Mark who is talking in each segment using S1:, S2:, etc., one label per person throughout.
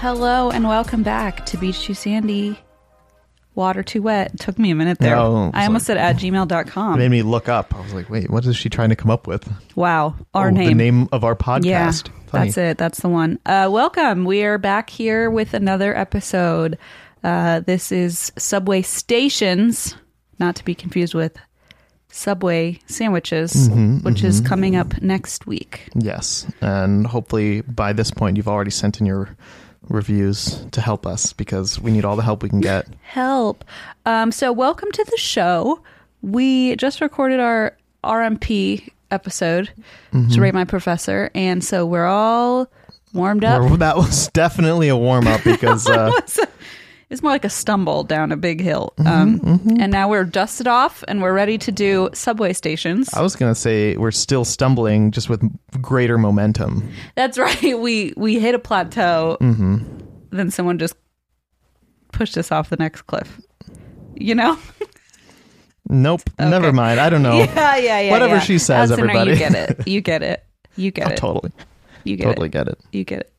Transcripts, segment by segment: S1: Hello and welcome back to Beach Too Sandy. Water too wet. It took me a minute there. I
S2: No, it's
S1: almost
S2: like-
S1: said at gmail.com.
S2: It Oh, made me look up. I was like, wait, what is she trying to come up with?
S1: wow. Our
S2: Oh,
S1: name.
S2: The name of our podcast.
S1: Yeah.
S2: Funny.
S1: That's it. That's the one. Uh, welcome. We are back here with another episode. Uh, this is Subway Stations, not to be confused with Subway Sandwiches,
S2: Mm-hmm,
S1: which is coming up next week.
S2: Yes. And hopefully by this point, you've already sent in your reviews to help us because we need all the help we can get.
S1: help. Um, so welcome to the show. We just recorded our RMP episode
S2: Mm-hmm.
S1: to rate my professor, and so we're all warmed up.
S2: Or that was definitely a warm up because uh,
S1: It's more like a stumble down a big hill.
S2: Mm-hmm,
S1: Um, And now we're dusted off, and we're ready to do subway stations.
S2: I was going to say we're still stumbling just with greater momentum.
S1: That's right. We we hit a plateau,
S2: Mm-hmm.
S1: then someone just pushed us off the next cliff. You know.
S2: Oh. Nope. Never mind. I don't know.
S1: Yeah, yeah, yeah.
S2: Whatever
S1: yeah.
S2: she says,
S1: Listener,
S2: everybody.
S1: You get it. You get it. You get
S2: Oh,
S1: it.
S2: totally.
S1: You get
S2: Totally
S1: it.
S2: get it.
S1: You get it.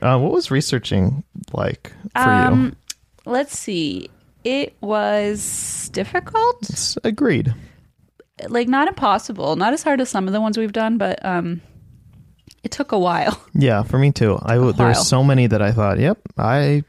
S2: Uh, what was researching like for
S1: Um,
S2: you?
S1: Let's see. It was difficult.
S2: It's agreed.
S1: Like not impossible. Not as hard as some of the ones we've done, but um it took a while.
S2: Yeah, for me too. I w- there were
S1: while.
S2: so many that I thought, yep, I.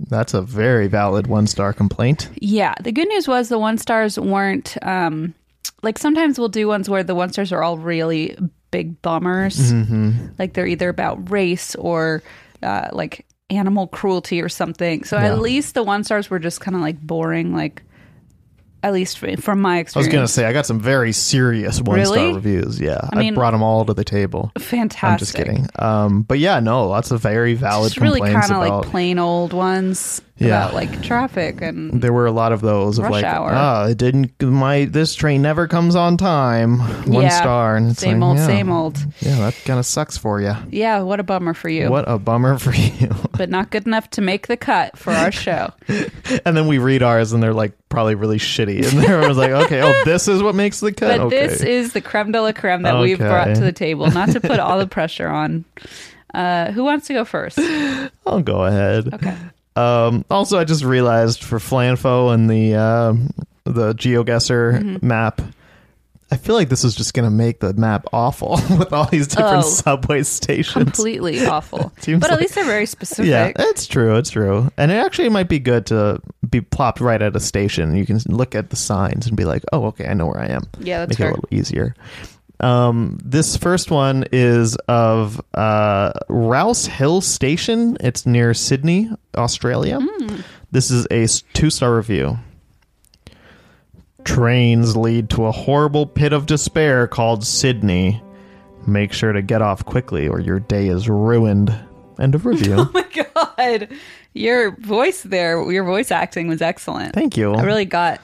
S2: That's a very valid one star complaint.
S1: Yeah. The good news was the one stars weren't um like sometimes we'll do ones where the one stars are all really big bummers.
S2: Mm-hmm.
S1: Like they're either about race or uh like animal cruelty or something. So
S2: Yeah.
S1: at least the one stars were just kind of like boring like at least f- from my
S2: I was
S1: experience.
S2: gonna say I got some very serious one star
S1: Really?
S2: reviews. Yeah, I,
S1: mean-
S2: brought them all to the table.
S1: fantastic.
S2: I'm just kidding. Um, but yeah, no, lots of very valid
S1: It's really
S2: complaints
S1: kind of
S2: about.
S1: like plain old ones
S2: Yeah.
S1: about like traffic and
S2: there were a lot of those of
S1: Rush
S2: like,
S1: hour.
S2: ah, it didn't. My this train never comes on time. One
S1: Yeah.
S2: star, and it's
S1: same
S2: like,
S1: old,
S2: yeah,
S1: same old.
S2: Yeah, that kind of sucks for you.
S1: Yeah, what a bummer for you.
S2: What a bummer for you.
S1: But not good enough to make the cut for our show.
S2: And then we read ours, and they're like probably really shitty. And everyone's like, "Okay, oh, this is what makes the cut."
S1: But
S2: okay.
S1: this is the creme de la creme that we've
S2: Okay.
S1: brought to the table. Not to put all the pressure on. Uh, who wants to go first?
S2: I'll go ahead.
S1: Okay.
S2: Um, also, I just realized for Flanfo and the um the GeoGuessr
S1: Mm-hmm.
S2: map, I feel like this is just gonna make the map awful with all these different
S1: Oh.
S2: subway stations.
S1: Completely awful.
S2: Seems
S1: But at
S2: like-
S1: least they're very
S2: Yeah,
S1: specific. Oh
S2: it's true. It's true, and it actually might be good to be plopped right at a station. You can look at the signs and be like, "Oh, okay, I know where I am."
S1: Yeah, that's
S2: make it
S1: fair.
S2: a little easier. Um, this first one is of uh, Rouse Hill Station. It's near Sydney, Australia.
S1: Hmm.
S2: This is a two star review. Trains lead to a horrible pit of despair called Sydney. Make sure to get off quickly or your day is ruined. End of review.
S1: Oh my God. Your voice there, your voice acting was excellent.
S2: Thank you.
S1: I really got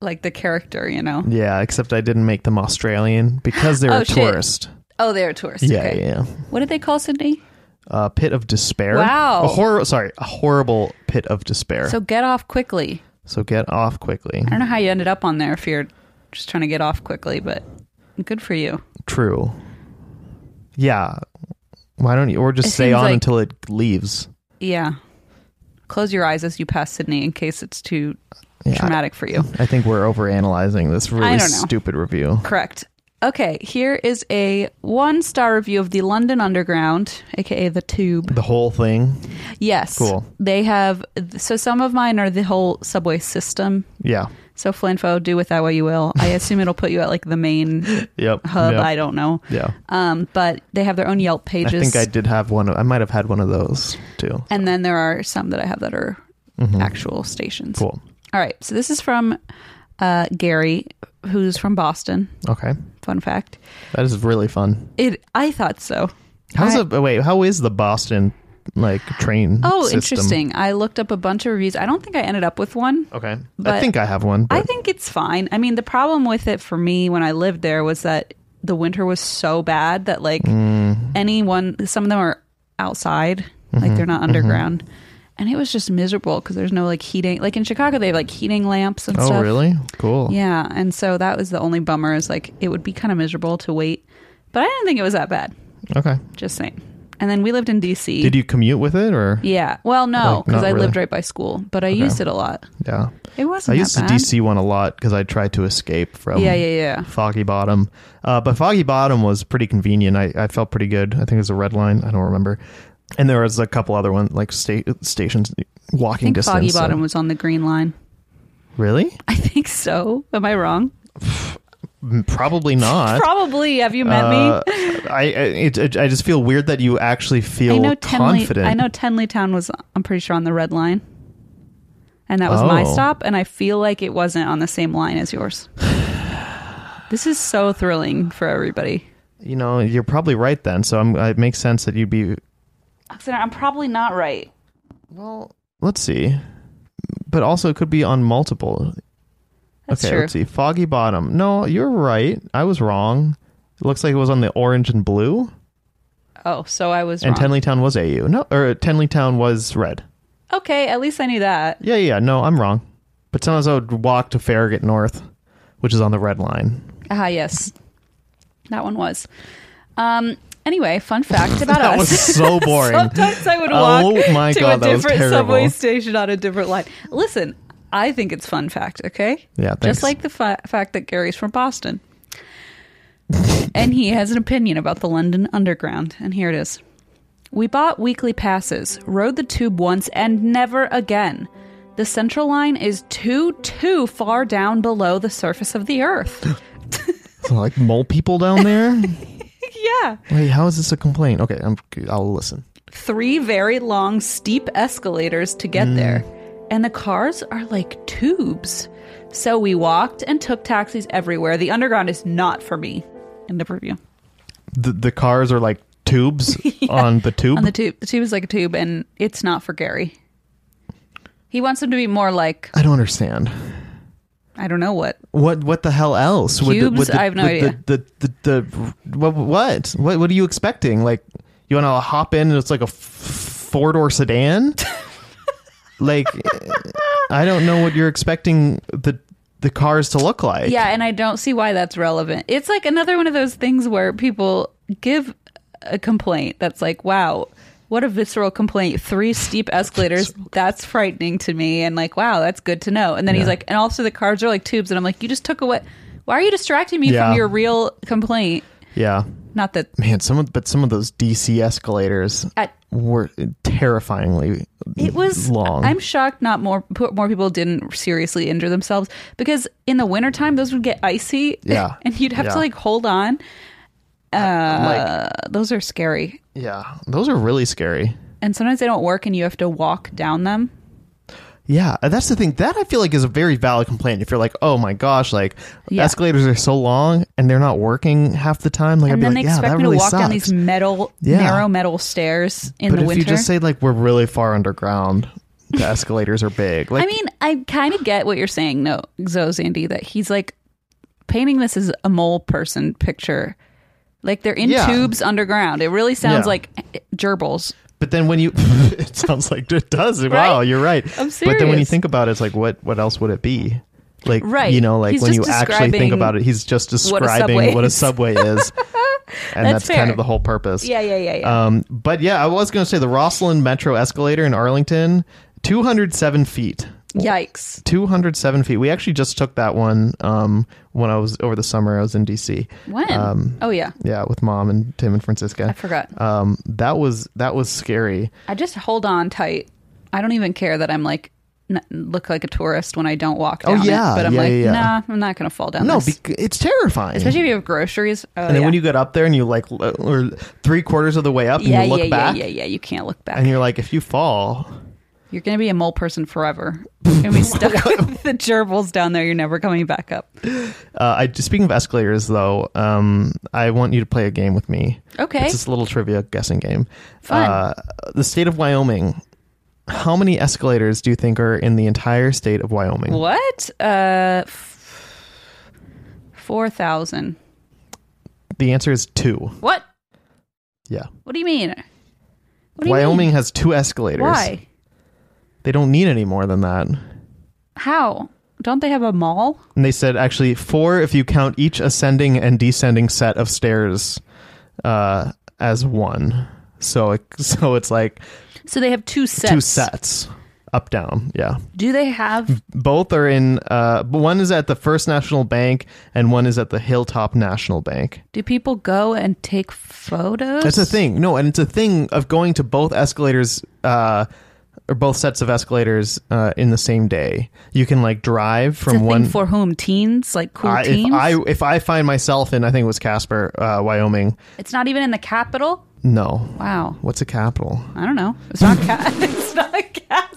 S1: like the character, you know?
S2: yeah, except I didn't make them Australian because they're
S1: Oh,
S2: a
S1: shit.
S2: tourist.
S1: Oh, they're tourists.
S2: Yeah,
S1: okay.
S2: yeah.
S1: What did they call Sydney?
S2: uh, pit of despair.
S1: Wow.
S2: A horror. Sorry, a horrible pit of despair.
S1: So
S2: So,
S1: get off quickly.
S2: get off quickly.
S1: I don't know how you ended up on there if you're just trying to get off quickly, but good for you.
S2: True. Yeah. Why don't you, or just
S1: It
S2: stay
S1: seems
S2: on
S1: like-
S2: until it leaves.
S1: Yeah. Close your eyes as you pass Sydney in case it's too
S2: Yeah, I-
S1: traumatic for you.
S2: I think we're overanalyzing this really
S1: don't know.
S2: stupid review.
S1: Correct. Okay, here is a one star review of the London Underground, aka the Tube.
S2: The whole thing.
S1: Yes.
S2: Cool.
S1: They have, so some of mine are the whole subway system.
S2: Yeah.
S1: So, Flinfo, do with that what you will. I assume it'll put you at like the main
S2: Yep.
S1: hub.
S2: Yep.
S1: I don't know.
S2: Yeah.
S1: Um, but they have their own Yelp
S2: I
S1: pages.
S2: think I did have one. Of, I might have had one of those too.
S1: And then there are some that I have that are actual stations.
S2: Mm-hmm. Cool.
S1: All right. So this is from uh, Gary, who's from Boston.
S2: Okay.
S1: Fun fact.
S2: That is really fun.
S1: It. I thought so.
S2: How's
S1: I-
S2: the wait? How is the Boston like train?
S1: Oh,
S2: system?
S1: interesting. I looked up a bunch of reviews. I don't think I ended up with one.
S2: Okay, I
S1: But-
S2: think I have one. But
S1: I think it's fine. I mean, the problem with it for me when I lived there was that the winter was so bad that like
S2: Mm.
S1: anyone, some of them are outside,
S2: Mm-hmm.
S1: like they're not underground, and it was just miserable because there's no like heating. Like in Chicago, they have like heating lamps and
S2: oh,
S1: stuff.
S2: really? Cool.
S1: Yeah, and so that was the only bummer is like it would be kind of miserable to wait, but I didn't think it was that bad.
S2: Okay.
S1: Just saying. And then we lived in DC.
S2: Did you commute with it or?
S1: Yeah. Well, no,
S2: Like,
S1: because
S2: not
S1: I lived
S2: really.
S1: right by school, but I used it a lot.
S2: Yeah.
S1: It
S2: I
S1: wasn't.
S2: used the
S1: that bad.
S2: DC one a lot because I tried to escape from.
S1: Yeah, yeah, yeah.
S2: Foggy Bottom, uh, but Foggy Bottom was pretty convenient. I, I felt pretty good. I think it was a red line. I don't remember. And there was a couple other ones like sta- stations
S1: I
S2: walking
S1: think
S2: distance.
S1: Foggy
S2: so-
S1: Bottom was on the Green Line.
S2: really
S1: I think so. Am I wrong?
S2: probably not.
S1: Probably. Have you met
S2: Oh, Uh,
S1: me?
S2: I I, it, it- I just feel weird that you actually feel
S1: I know Tenley.
S2: confident.
S1: I know Tenley Town was. I'm pretty sure on the Red Line, and that was my
S2: Oh.
S1: stop. And I feel like it wasn't on the same line as yours. this is so thrilling for everybody.
S2: You know, you're probably right then. So I'm, it makes sense that you'd be.
S1: Alexander, I'm probably not right.
S2: Well, let's see. But also, it could be on multiple.
S1: That's
S2: okay,
S1: true.
S2: let's see. Foggy Bottom. No, you're right. I was wrong. It looks like it was on the orange and blue,
S1: Oh, so I was
S2: and
S1: wrong.
S2: Tenleytown was AU. No, or Tenleytown was red.
S1: okay, at least I knew that.
S2: Yeah, yeah. No, I'm wrong. But sometimes I would walk to Farragut North, which is on the red line.
S1: Ah, yes, that one was. Um. Anyway, fun fact about us.
S2: That was so boring.
S1: Sometimes I would walk
S2: Oh my
S1: to
S2: God,
S1: a
S2: that was
S1: different subway
S2: terrible.
S1: station on a different line. Listen, I think it's fun fact, okay?
S2: Yeah, thanks.
S1: Just like the fa- fact that Gary's from Boston. and he has an opinion about the London Underground, and here it is. We bought weekly passes, rode the tube once and never again. The central line is too, too far down below the surface of the earth.
S2: So, like mole people down there.
S1: yeah.
S2: Wait, how is this a complaint? Okay, I'm, I'll listen.
S1: three very long, steep escalators to get there. And the cars are like tubes. So we walked and took taxis everywhere. The underground is not for me. End of review.
S2: the, the cars are like tubes on the tube.
S1: On the tube, the tube is like a tube, and it's not for Gary. He wants them to be more like
S2: I don't understand.
S1: I don't know what.
S2: What what the hell else?
S1: Cubes? I have no
S2: with
S1: idea.
S2: The, the, the, the, what, what what what are you expecting? Like you want to hop in and it's like a four door sedan? like I don't know what you're expecting the the cars to look like.
S1: Yeah, and I don't see why that's relevant. It's like another one of those things where people give a complaint that's like, wow, what a visceral complaint. Three steep escalators. That's frightening to me. And like, wow, that's good to know. And then he's like, and also the cards are like tubes. And I'm like, you just took away. Why are you distracting me
S2: Yeah.
S1: from your real complaint?
S2: Yeah.
S1: Not that
S2: Man, some of but some of those DC escalators
S1: at,
S2: were terrifyingly
S1: it was
S2: long.
S1: I'm shocked not more more people didn't seriously injure themselves because in the wintertime those would get icy.
S2: Yeah.
S1: and you'd have
S2: Yeah.
S1: to like hold on.
S2: like
S1: Uh, those are scary.
S2: yeah, those are really scary.
S1: and sometimes they don't work and you have to walk down them
S2: Yeah, and that's the thing. That I feel like is a very valid complaint. If you're like, oh my gosh, like
S1: Yeah.
S2: escalators are so long and they're not working half the time. Like,
S1: and
S2: I'd
S1: then
S2: be
S1: they
S2: like, yeah,
S1: expect
S2: that
S1: me
S2: really
S1: to walk
S2: sucks.
S1: down these metal
S2: Yeah.
S1: narrow metal stairs in
S2: but
S1: the
S2: if
S1: winter
S2: you just say like we're really far underground, the escalators are big. Like,
S1: i mean i kind of get what you're saying no zoe zandy that he's like painting this as a mole person picture Like they're in
S2: Yeah.
S1: tubes underground. It really sounds
S2: Yeah.
S1: like eh, gerbils.
S2: But then when you, it sounds like it does. Wow,
S1: Right?
S2: you're right.
S1: I'm
S2: But then when you
S1: serious.
S2: think about it, it's like what what else would it be? Like
S1: Right.
S2: you know, like
S1: He's
S2: when you
S1: just
S2: actually think
S1: describing
S2: about it, he's just
S1: what a
S2: describing
S1: subway
S2: what a
S1: is.
S2: subway is, and that's,
S1: That's
S2: kind
S1: fair.
S2: of the whole purpose.
S1: Yeah, yeah, yeah, yeah.
S2: Um, but yeah, I was going to say the Rosslyn Metro escalator in Arlington, 207 feet.
S1: Yikes.
S2: 207 feet. We actually just took that one um, when I was over the summer. I was in DC.
S1: When?
S2: um,
S1: oh yeah.
S2: Yeah, with mom and Tim and Francisca.
S1: I forgot.
S2: Um, that was that was scary.
S1: I just hold on tight. I don't even care that I'm like n- look like a tourist when I don't walk
S2: Oh,
S1: down it,
S2: yeah,
S1: but I'm
S2: yeah,
S1: like,
S2: yeah, yeah.
S1: nah, I'm not gonna fall down.
S2: No,
S1: this.
S2: bec it's terrifying.
S1: especially if you have groceries. Oh,
S2: and then
S1: yeah.
S2: when you get up there and you like lo- or three quarters of the way up and
S1: yeah,
S2: you look
S1: yeah,
S2: back
S1: yeah, yeah, yeah. You can't look back.
S2: and you're like, if you fall,
S1: You're gonna be a mole person forever. You're gonna be stuck with the gerbils down there. You're never coming back up.
S2: uh, I speaking of escalators though, um, I want you to play a game with me.
S1: Okay.
S2: it's this little trivia guessing game.
S1: Fun.
S2: Uh, the state of Wyoming. How many escalators do you think are in the entire state of Wyoming?
S1: What? Uh, four thousand.
S2: The answer is two.
S1: What?
S2: Yeah,
S1: What do you mean? What do you
S2: Wyoming
S1: mean?
S2: has two escalators.
S1: Why?
S2: They don't need any more than that.
S1: How? Don't they have a mall?
S2: And they said actually four if you count each ascending and descending set of stairs uh, as one. So it, so it's like
S1: So they have two sets.
S2: two Hmm. sets up down. Yeah,
S1: Do they have?
S2: both are in. Uh, one is at the First National Bank and one is at the Hilltop National Bank.
S1: Do people go and take photos?
S2: That's a thing. No, and it's a thing of going to both escalators uh, or both sets of escalators uh, in the same day. You can like drive
S1: It's a
S2: from
S1: thing
S2: one
S1: for whom? Teens, like cool
S2: I, if
S1: teens.
S2: I if I find myself in I think it was Casper, uh, Wyoming.
S1: it's not even in the capital.
S2: No,
S1: Wow.
S2: what's a capital?
S1: I don't know. It's not. Ca- it's not Casper.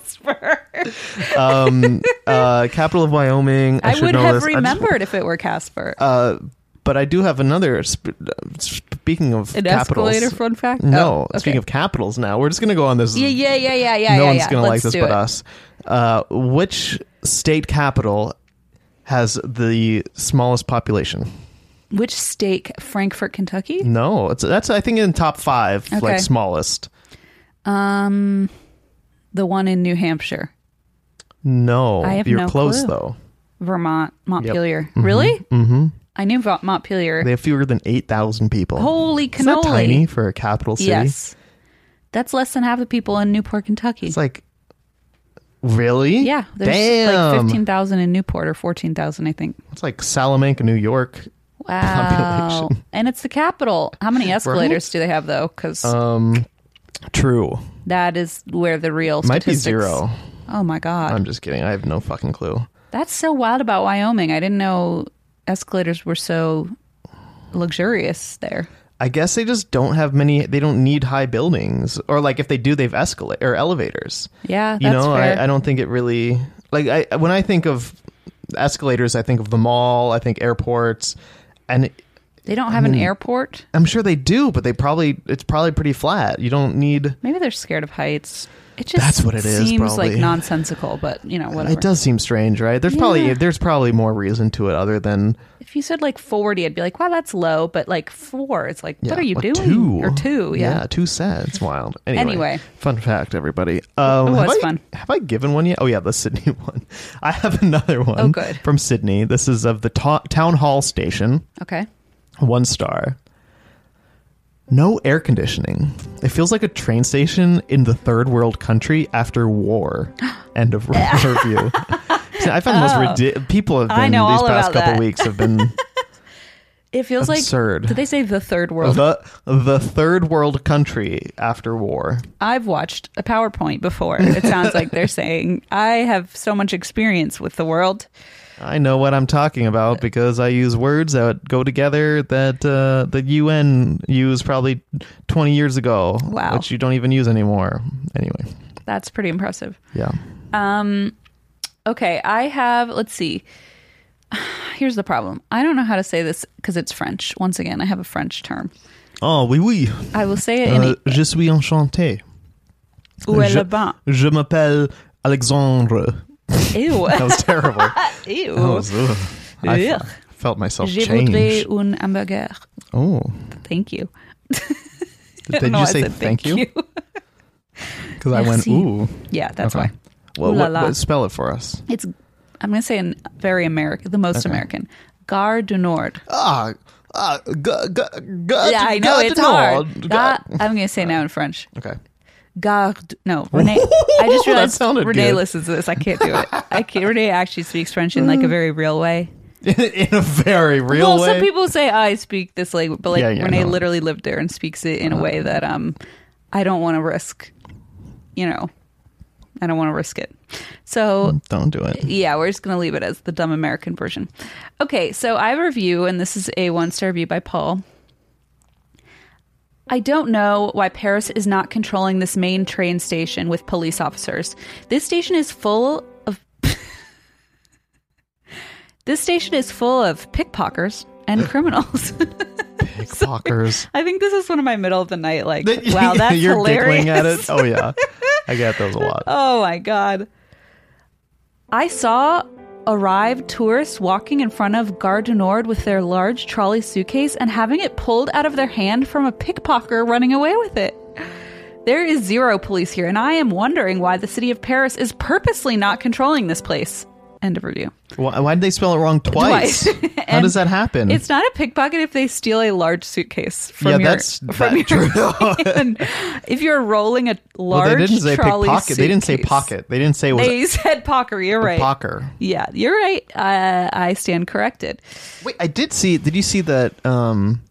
S2: Uh, capital of Wyoming. I,
S1: I,
S2: should
S1: would
S2: know
S1: have
S2: this. I just- Uh,
S1: remembered if it were Casper.
S2: but I do have another. Sp- uh, speaking of
S1: An
S2: capitals,
S1: escalator fun fact.
S2: No,
S1: Oh, okay.
S2: speaking of capitals, now we're just gonna go on this.
S1: Yeah, yeah, yeah, yeah, yeah.
S2: no
S1: yeah,
S2: one's
S1: yeah.
S2: gonna
S1: Let's
S2: like this
S1: do
S2: but
S1: it.
S2: us. Uh, which state capital has the smallest population?
S1: Which state? Frankfort, Kentucky.
S2: No, it's that's I think in top five,
S1: Okay.
S2: like smallest. Mm.
S1: Um, the one in New Hampshire,
S2: No,
S1: I have
S2: you're
S1: no
S2: close
S1: clue.
S2: though.
S1: Vermont, Montpelier. Really? Mm-hmm. I knew Va- Montpelier.
S2: They have fewer than eight thousand people.
S1: Holy cannoli!
S2: Isn't that tiny for a capital city?
S1: Yes, that's less than half the people in Newport, Kentucky.
S2: It's like really?
S1: yeah, there's
S2: Damn.
S1: like fifteen thousand in Newport or fourteen thousand, I think.
S2: It's like Salamanca, New York.
S1: Wow,
S2: Population.
S1: and it's the capital. How many escalators do they have though? Because
S2: Uh, True.
S1: that is where the real
S2: Might be
S1: statistics-
S2: zero.
S1: Oh my god,
S2: I'm just kidding. I have no fucking clue.
S1: that's so wild about Wyoming. I didn't know escalators were so luxurious there.
S2: I guess they just don't have many. They don't need high buildings, or like if they do, they've escalate or elevators.
S1: Yeah,
S2: you
S1: that's
S2: know,
S1: fair.
S2: I, I don't think it really like I when I think of escalators, I think of the mall, I think airports, and
S1: They don't
S2: Hmm.
S1: have an airport.
S2: I'm sure they do, but they probably it's probably pretty flat. You don't need.
S1: Maybe they're scared of heights. It just
S2: That's what it is,
S1: seems
S2: probably.
S1: like nonsensical, but you know whatever.
S2: It does seem strange, right? There's probably
S1: Yeah.
S2: there's probably more reason to it other than
S1: If you said like forty, I'd be like, wow, that's low. But like four, it's like, what
S2: Yeah,
S1: are you
S2: or
S1: doing?
S2: Two
S1: Or two, yeah.
S2: two sets. Wild. Anyway,
S1: Anyway. Oh,
S2: fun fact, everybody. Um,
S1: was
S2: have I-
S1: fun.
S2: Have I given one yet? Oh yeah, the Sydney one. I have another one.
S1: Oh, good.
S2: From Sydney. This is of the ta- town hall station.
S1: Okay.
S2: One star. No air conditioning. It feels like a train station in the third world country after war. End of review. See, I find the most ridiculous. People have been
S1: Oh. I know
S2: these
S1: all
S2: past
S1: about
S2: couple
S1: that.
S2: weeks have been
S1: It feels
S2: Absurd.
S1: like did they say the third world?
S2: the the third world country after war.
S1: I've watched a PowerPoint before. It sounds like they're saying I have so much experience with the world.
S2: I know what I'm talking about because I use words that go together that uh, the UN used probably 20 years ago,
S1: Wow.
S2: which you don't even use anymore. Anyway,
S1: That's pretty impressive. Um,
S2: yeah.
S1: Okay, I have. Let's see. Here's the problem. I don't know how to say this because it's French. Once again, I have a French term.
S2: Oh, oui, oui.
S1: I will say it in
S2: Uh, je suis enchanté.
S1: Où est
S2: je,
S1: le banc?
S2: je m'appelle Alexandre.
S1: Ew.
S2: Oh, That was terrible. That
S1: Ew.
S2: was, ugh. I-
S1: Ugh.
S2: felt myself
S1: Je voudrais
S2: change.
S1: un hamburger.
S2: Oh,
S1: Thank you. I
S2: did
S1: don't know
S2: you
S1: why I
S2: say
S1: said
S2: thank you? Because I went
S1: Merci.
S2: ooh.
S1: yeah, that's
S2: Okay.
S1: why.
S2: Well,
S1: Ooh la
S2: what,
S1: la.
S2: what- spell it for us.
S1: It's I'm going to say an very American, the most American. Gare du Nord.
S2: Ah, ah, g- g- g-
S1: yeah, I know
S2: God,
S1: it's
S2: no,
S1: hard.
S2: God.
S1: Ga- I'm going to say now in French.
S2: Okay.
S1: Gare du- no, Renee. I just
S2: That
S1: realized
S2: sounded
S1: Renee
S2: good.
S1: listens to this. I can't do it. I can't, Renee actually speaks French in like a very real way.
S2: in a very real
S1: well,
S2: way.
S1: some people say "Oh, I speak this language, but like
S2: Yeah, Uh-huh. yeah,
S1: Renee
S2: no.
S1: literally lived there and speaks it in a way that um, I don't want to risk. You know, I don't want to risk it. So
S2: Don't do it.
S1: yeah, we're just gonna leave it as the dumb American version. Okay, so I have a review, and this is a one star review by Paul. I don't know why Paris is not controlling this main train station with police officers. This station is full of. this station is full of pickpockers and criminals.
S2: Pickpockers.
S1: I think this is one of my middle of the night, like,
S2: That-
S1: wow, that's
S2: You're
S1: hilarious.
S2: giggling at it. Oh yeah, I get those a lot.
S1: Oh my god. I saw arrived tourists walking in front of Gare du Nord with their large trolley suitcase and having it pulled out of their hand from a pickpocket running away with it. There is zero police here, and I am wondering why the city of Paris is purposely not controlling this place. End of review.
S2: Why, why did they spell it wrong twice?
S1: Twice.
S2: How does that happen?
S1: It's not a pickpocket if they steal a large suitcase from
S2: Hmm. yeah,
S1: your,
S2: that's
S1: from
S2: that-
S1: your
S2: true.
S1: hand. If you're rolling a large
S2: Well, they didn't say
S1: trolley
S2: pickpocket. They didn't say
S1: suitcase.
S2: pocket. They didn't say it was
S1: They said pocker. You're right.
S2: pocker.
S1: Yeah, you're right. Uh, I stand corrected.
S2: Wait, I did see. Did you see that? Um,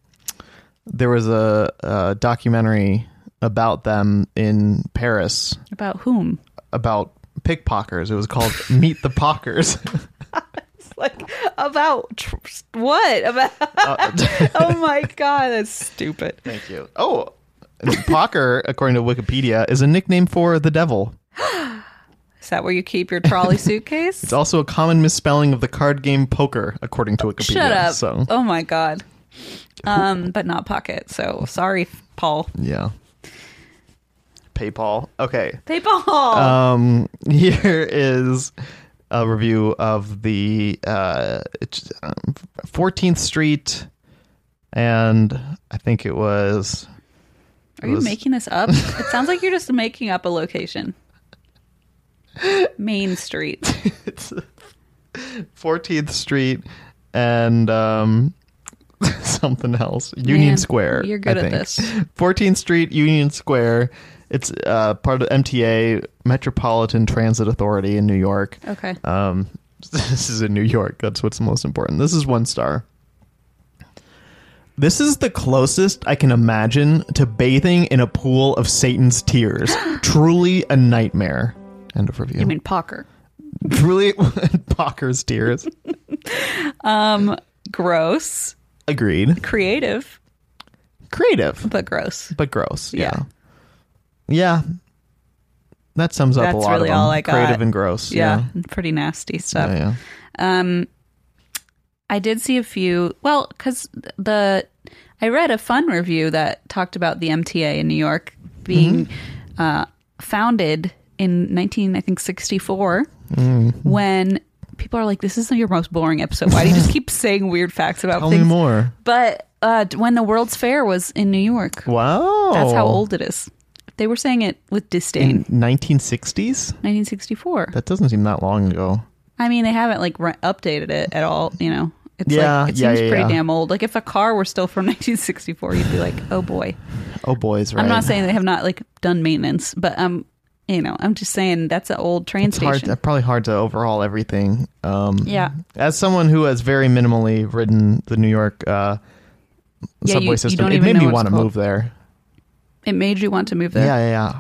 S2: there was a, a documentary about them in Paris
S1: About whom?
S2: about pickpockers. It was called Meet the Pockers.
S1: Like about tr- what? About
S2: Uh,
S1: oh my god, that's stupid.
S2: Thank you. Oh, Pocker, according to Wikipedia, is a nickname for the devil.
S1: Is that where you keep your trolley suitcase?
S2: It's also a common misspelling of the card game poker, according to Wikipedia.
S1: Shut up.
S2: So,
S1: Oh my god. Um, but not pocket. So sorry, Paul.
S2: yeah. PayPal. Okay.
S1: PayPal.
S2: Um, here is a review of the uh, it's, um, 14th Street, and I think it was.
S1: Are you
S2: was-
S1: making this up? It sounds like you're just making up a location. Main Street.
S2: 14th Street and um, something else. Union
S1: Man,
S2: Square.
S1: you're good
S2: I
S1: at
S2: think.
S1: this.
S2: 14th Street, Union Square. It's uh, part of MTA, Metropolitan Transit Authority in New York.
S1: Okay.
S2: Um, this is in New York. That's what's most important. This is one star. This is the closest I can imagine to bathing in a pool of Satan's tears. Truly a nightmare. End of review.
S1: You mean pocker.
S2: Truly Pocker's tears.
S1: Gross.
S2: Agreed.
S1: Creative,
S2: Creative,
S1: but gross.
S2: but gross.
S1: Yeah.
S2: Yeah. Yeah. That sums up a
S1: That's
S2: lot
S1: really
S2: of them.
S1: all I got.
S2: Creative and gross.
S1: yeah,
S2: Yeah.
S1: pretty nasty stuff.
S2: Yeah. yeah.
S1: I did see a few. Well, because the I read a fun review that talked about the MTA in New York being
S2: Mm-hmm.
S1: uh, founded in nineteen, I think sixty four,
S2: Mm-hmm.
S1: when people are like, "This is your most boring episode. Why do you just keep saying weird facts about
S2: Tell me
S1: things?"
S2: more.
S1: But uh, when the World's Fair was in New York,
S2: Wow.
S1: that's how old it is. They were saying it with disdain.
S2: 1960s?
S1: 1964.
S2: That doesn't seem that long ago.
S1: I mean, they haven't like re- updated it at all. You know, it's
S2: Yeah,
S1: like it
S2: yeah,
S1: seems
S2: yeah,
S1: pretty
S2: yeah.
S1: damn old. Like if a car were still from 1964, you'd be like, oh boy.
S2: Oh, boys, right?
S1: I'm not saying they have not like done maintenance, but um, you know, I'm just saying that's an old train
S2: it's hard.
S1: station.
S2: To, probably hard to overhaul everything. Um,
S1: Yeah.
S2: As someone who has very minimally ridden the New York uh,
S1: Yeah,
S2: subway
S1: you- you
S2: system,
S1: don't
S2: it
S1: even
S2: made
S1: know
S2: me
S1: what
S2: want to
S1: it's called.
S2: move there.
S1: It made you want to move
S2: Yeah,
S1: there.
S2: yeah, yeah.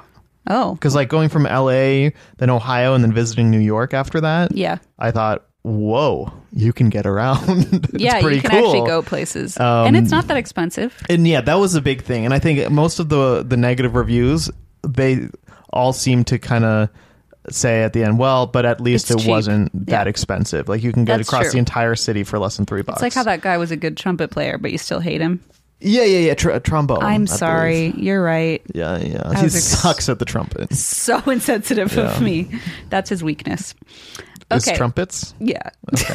S1: Oh,
S2: Because like going from LA, then Ohio, and then visiting New York after that.
S1: yeah,
S2: I thought, whoa, you can get around. it's
S1: yeah.
S2: pretty
S1: You can
S2: cool. Um,
S1: actually go places, and it's not that expensive.
S2: And yeah, that was a big thing. And I think most of the the negative reviews, they all seem to kind of say at the end, well, but at least
S1: It's
S2: it
S1: cheap.
S2: wasn't that
S1: Yeah.
S2: expensive. Like you can get
S1: That's
S2: across
S1: true.
S2: the entire city for less than three bucks.
S1: It's like how that guy was a good trumpet player, but you still hate him.
S2: Yeah, yeah, yeah. Tr- a trombone. Oh, I
S1: I'm
S2: believe.
S1: sorry. You're right.
S2: Yeah, yeah.
S1: I
S2: He
S1: was ex-
S2: sucks at the trumpet.
S1: So insensitive
S2: Yeah.
S1: of me. That's his weakness.
S2: is
S1: Okay.
S2: trumpets.
S1: Yeah.
S2: Okay,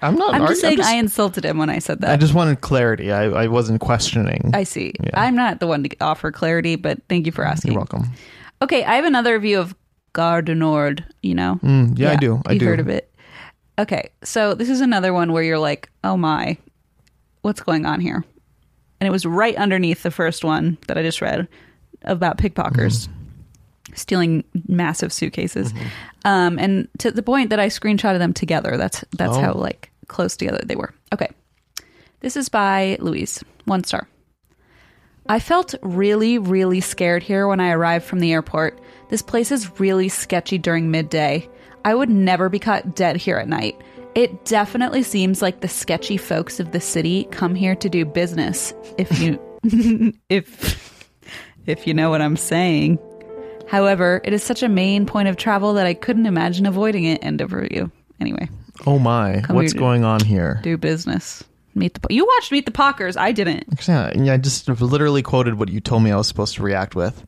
S2: I'm not.
S1: I'm
S2: argu-
S1: just saying
S2: just-
S1: I insulted him when I said that.
S2: I just wanted clarity. I, I wasn't questioning.
S1: I see. I'm not the one to offer clarity, but thank you for asking.
S2: You're welcome.
S1: Okay, I have another review of Gare du Nord, you know?
S2: Mm, yeah, I do. I
S1: you've
S2: do.
S1: heard of it. Okay, so this is another one where you're like, oh my, what's going on here? And it was right underneath the first one that I just read about pickpockers
S2: Mm-hmm.
S1: stealing massive suitcases. Um, and to the point that I screenshotted them together. That's that's
S2: Oh.
S1: how like close together they were. Okay. This is by Louise, one star. I felt really, really scared here when I arrived from the airport. This place is really sketchy during midday. I would never be caught dead here at night. It definitely seems like the sketchy folks of the city come here to do business. If you if if you know what I'm saying. However, it is such a main point of travel that I couldn't imagine avoiding it. End of review. Anyway,
S2: Oh my,
S1: Come
S2: what's
S1: here.
S2: going on here?
S1: do business. Meet the po- you watched Meet the Pockers. I didn't.
S2: Yeah, yeah, I just literally quoted what you told me I was supposed to react with.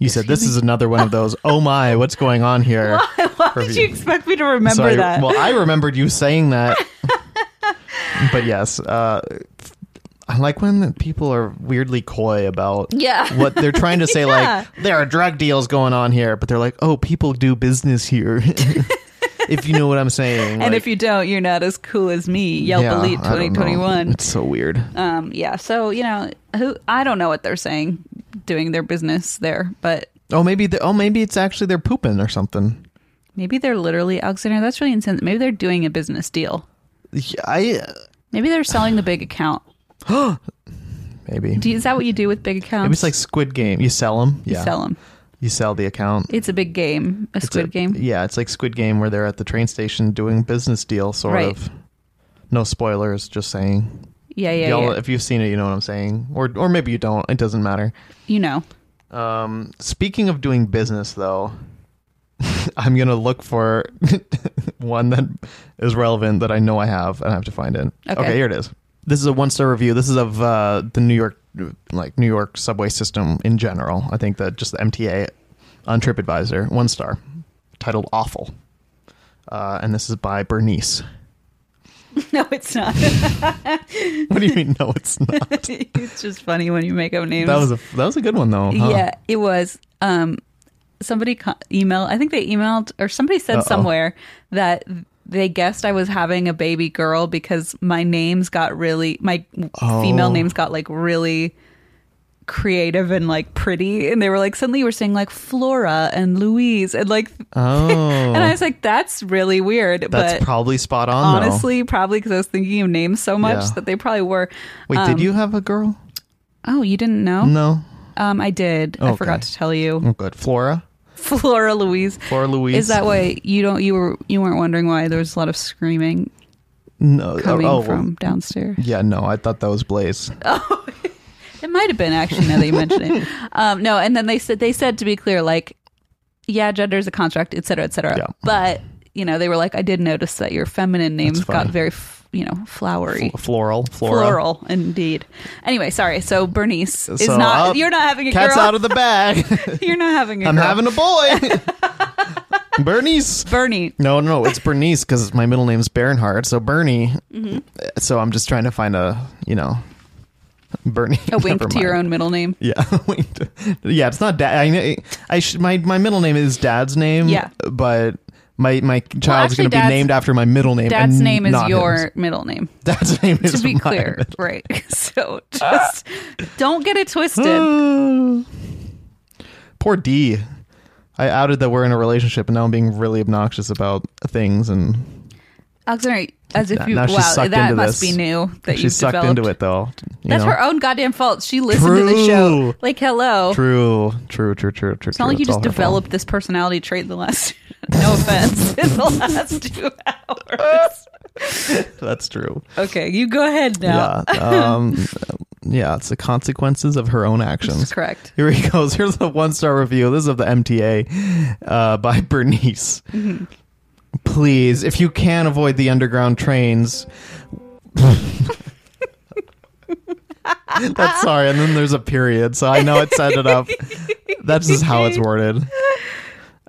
S2: You said this is another one of those. Oh my, what's going on here?
S1: Why did you expect me to remember
S2: Sorry.
S1: that?
S2: Well, I remembered you saying that. but yes, uh, I like when people are weirdly coy about
S1: Yeah.
S2: what they're trying to say. Like there are drug deals going on here, but they're like, oh, people do business here. if you know what I'm saying,
S1: and if you don't, you're not as cool as me. Yelp Elite
S2: I don't know.
S1: 2021.
S2: It's so weird.
S1: Um, yeah. So you know, who I don't know what they're saying, doing their business there, but
S2: Oh, maybe the, oh maybe it's actually they're pooping or something.
S1: maybe they're literally Alexander. That's really insane. Maybe they're doing a business deal.
S2: Yeah, I
S1: Maybe they're selling the big account.
S2: maybe
S1: Do you, is that what you do with big accounts?
S2: maybe it's like Squid Game. You sell them. Yeah,
S1: you sell them.
S2: You sell the account.
S1: It's a big game, a
S2: It's a-
S1: Squid Game.
S2: Yeah, it's like Squid Game where they're at the train station doing business deal, sort
S1: Right.
S2: of. No spoilers, just saying.
S1: Yeah, yeah,
S2: Y'all,
S1: yeah.
S2: if you've seen it, you know what I'm saying, or or maybe you don't. It doesn't matter.
S1: you know.
S2: Speaking of doing business, though, I'm gonna look for one that is relevant that I know I have, and I have to find it.
S1: Okay.
S2: here it is. This is a one star review. This is of uh, the New York, like New York subway system in general. I think that just the MTA on TripAdvisor, one star, titled "Awful," uh, and this is by Bernice.
S1: No, it's not.
S2: What do you mean? No, it's not.
S1: it's just funny when you make up names.
S2: That was a that was a good one though. huh?
S1: Yeah, it was. Um, somebody co- emailed. I think they emailed or somebody said somewhere that they guessed I was having a baby girl because my names got really my
S2: Oh.
S1: female names got like really creative and like pretty, and they were like suddenly you were saying like Flora and Louise and like,
S2: Oh,
S1: and I was like that's really weird,
S2: that's
S1: but.
S2: probably spot on. though.
S1: Honestly, probably because I was thinking of names so much
S2: Yeah.
S1: that they probably were.
S2: wait,
S1: um,
S2: did you have a girl?
S1: Oh, you didn't know?
S2: No.
S1: Um, I did. I
S2: Okay.
S1: forgot to tell you.
S2: Oh, good. Flora.
S1: Flora Louise.
S2: Flora Louise.
S1: Is that why you don't you were you weren't wondering why there was a lot of screaming
S2: no, oh,
S1: coming
S2: oh,
S1: from Uh, downstairs?
S2: Yeah, no, I thought that was Blaze.
S1: It might have been actually now that you mention it. Um, no, and then they said they said to be clear, like, yeah, gender is a construct, et cetera, et cetera.
S2: Yeah.
S1: But you know, they were like, I did notice that your feminine names
S2: fine.
S1: got very, f- you know, flowery.
S2: Floral. Flora.
S1: Floral, indeed. Anyway, sorry. So Bernice is
S2: So,
S1: not.
S2: up,
S1: you're not having a
S2: Cat's
S1: girl.
S2: out of the bag.
S1: you're not having a
S2: I'm
S1: girl.
S2: having a boy. Bernice.
S1: Bernie.
S2: No, no, it's Bernice because my middle name's Bernhardt. So Bernie.
S1: Mm-hmm.
S2: So I'm just trying to find a, you know, Bernie.
S1: A wink
S2: never
S1: to your
S2: mind.
S1: own middle name.
S2: Yeah, wink to- yeah. It's not dad. I, I should, my my middle name is dad's name.
S1: Yeah.
S2: but my my child's
S1: actually,
S2: going to be
S1: dad's-
S2: named after my middle name.
S1: Dad's
S2: and
S1: name is
S2: not
S1: your
S2: his.
S1: middle name.
S2: Dad's name is
S1: to be
S2: my
S1: clear, right? So just don't get it twisted.
S2: middle- Poor D. I outed that we're in a relationship, and now I'm being really obnoxious about things. And
S1: Alexander, as if you
S2: now
S1: wow,
S2: she's sucked
S1: that
S2: into
S1: must
S2: this.
S1: be new that
S2: she's
S1: you've
S2: sucked
S1: developed.
S2: into it, though. you
S1: That's oh.
S2: know?
S1: her own goddamn fault. She listened to the show.
S2: True.
S1: Like hello.
S2: True, true, true, true, true.
S1: It's not like you just developed this personality trait in the last. no offense, in the last two hours.
S2: That's true.
S1: Okay, you go ahead now.
S2: Yeah. Um, yeah, it's the consequences of her own actions.
S1: That's correct.
S2: Here he goes. Here's a one star review. This is of the MTA uh, by Bernice. Please, if you can avoid the underground trains. That's sorry. And then there's a period. So I know it set it up. That's just how it's worded.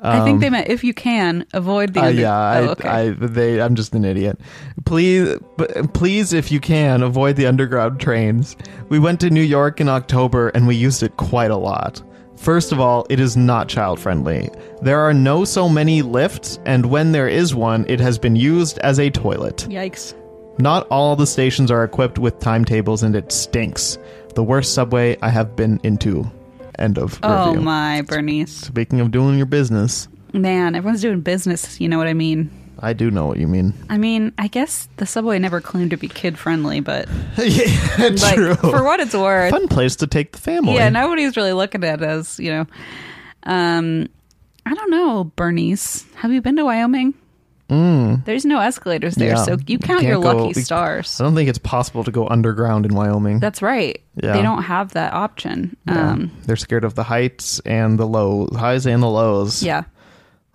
S1: I think they meant if you can avoid the.
S2: Um, Uh,
S1: under-
S2: yeah, I,
S1: Oh, okay.
S2: I, they, I'm just an idiot. Please, b- please, if you can, avoid the underground trains. We went to New York in October and we used it quite a lot. First of all, it is not child friendly. There are no so many lifts, and when there is one, it has been used as a toilet.
S1: Yikes!
S2: Not all the stations are equipped with timetables, and it stinks. The worst subway I have been into. End of
S1: Oh
S2: review.
S1: my, Bernice,
S2: Speaking of doing your business,
S1: man, everyone's doing business. You know what I mean?
S2: I do know what you mean.
S1: I mean, I guess the subway never claimed to be kid friendly, but
S2: yeah,
S1: like
S2: true.
S1: for what it's worth,
S2: fun place to take the family.
S1: yeah, nobody's really looking at us. You know, um, I don't know, Bernice. Have you been to Wyoming? There's no escalators there,
S2: Mm. Yeah.
S1: so you count
S2: Can't
S1: your
S2: go-
S1: lucky
S2: we- Oh.
S1: stars.
S2: I don't think it's possible to go underground in Wyoming.
S1: That's right.
S2: Yeah.
S1: They don't have that option. Um,
S2: They're scared of the heights and the low highs and the lows.
S1: yeah,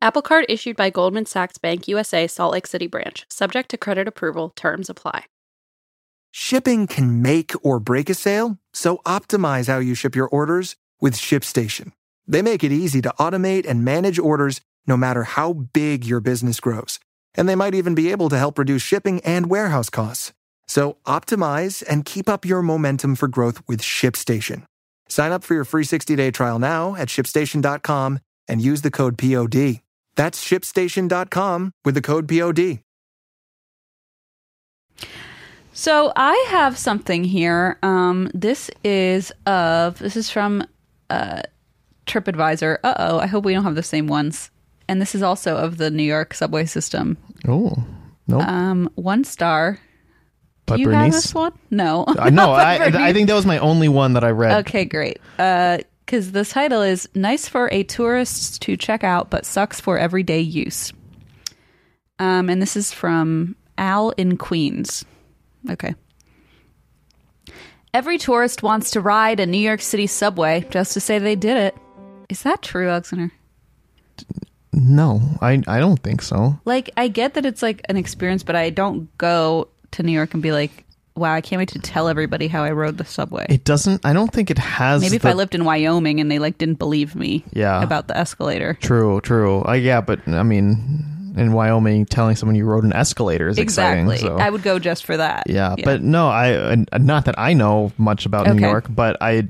S3: Apple Card issued by Goldman Sachs Bank USA Salt Lake City branch, subject to credit approval. Terms apply.
S4: Shipping can make or break a sale, so optimize how you ship your orders with ShipStation. They make it easy to automate and manage orders no matter how big your business grows. And they might even be able to help reduce shipping and warehouse costs. So optimize and keep up your momentum for growth with ShipStation. Sign up for your free 60-day trial now at shipstation.com and use the code POD. That's shipstation.com with the code POD.
S1: So I have something here. Um, this is of this is from uh, TripAdvisor. Uh oh, I hope we don't have the same ones. And this is also of the New York subway system.
S2: Oh, no.
S1: Um, one star.
S2: but
S1: Do you have
S2: Bernice.
S1: this one? No.
S2: I know.
S1: But
S2: I, I
S1: Bernice-
S2: think that was my only one that I read.
S1: Okay, great. Because the title is "Nice for a Tourist to Check Out, but Sucks for Everyday Use." Um, and this is from Al in Queens. Okay. Every tourist wants to ride a New York City subway just to say they did it. Is that true, Alexander?
S2: No, I I don't think so.
S1: Like, I get that it's like an experience, but I don't go to New York and be like, "Wow, I can't wait to tell everybody how I rode the subway."
S2: It doesn't. I don't think it has.
S1: Maybe if
S2: the-
S1: I lived in Wyoming and they like didn't believe me
S2: Yeah.
S1: about the escalator.
S2: True, true. Uh, yeah, but I mean, in Wyoming, telling someone you rode an escalator is
S1: exactly.
S2: exciting. so-
S1: I would go just for that.
S2: Yeah, but no, I uh, not that I know much about New
S1: Okay.
S2: York, but I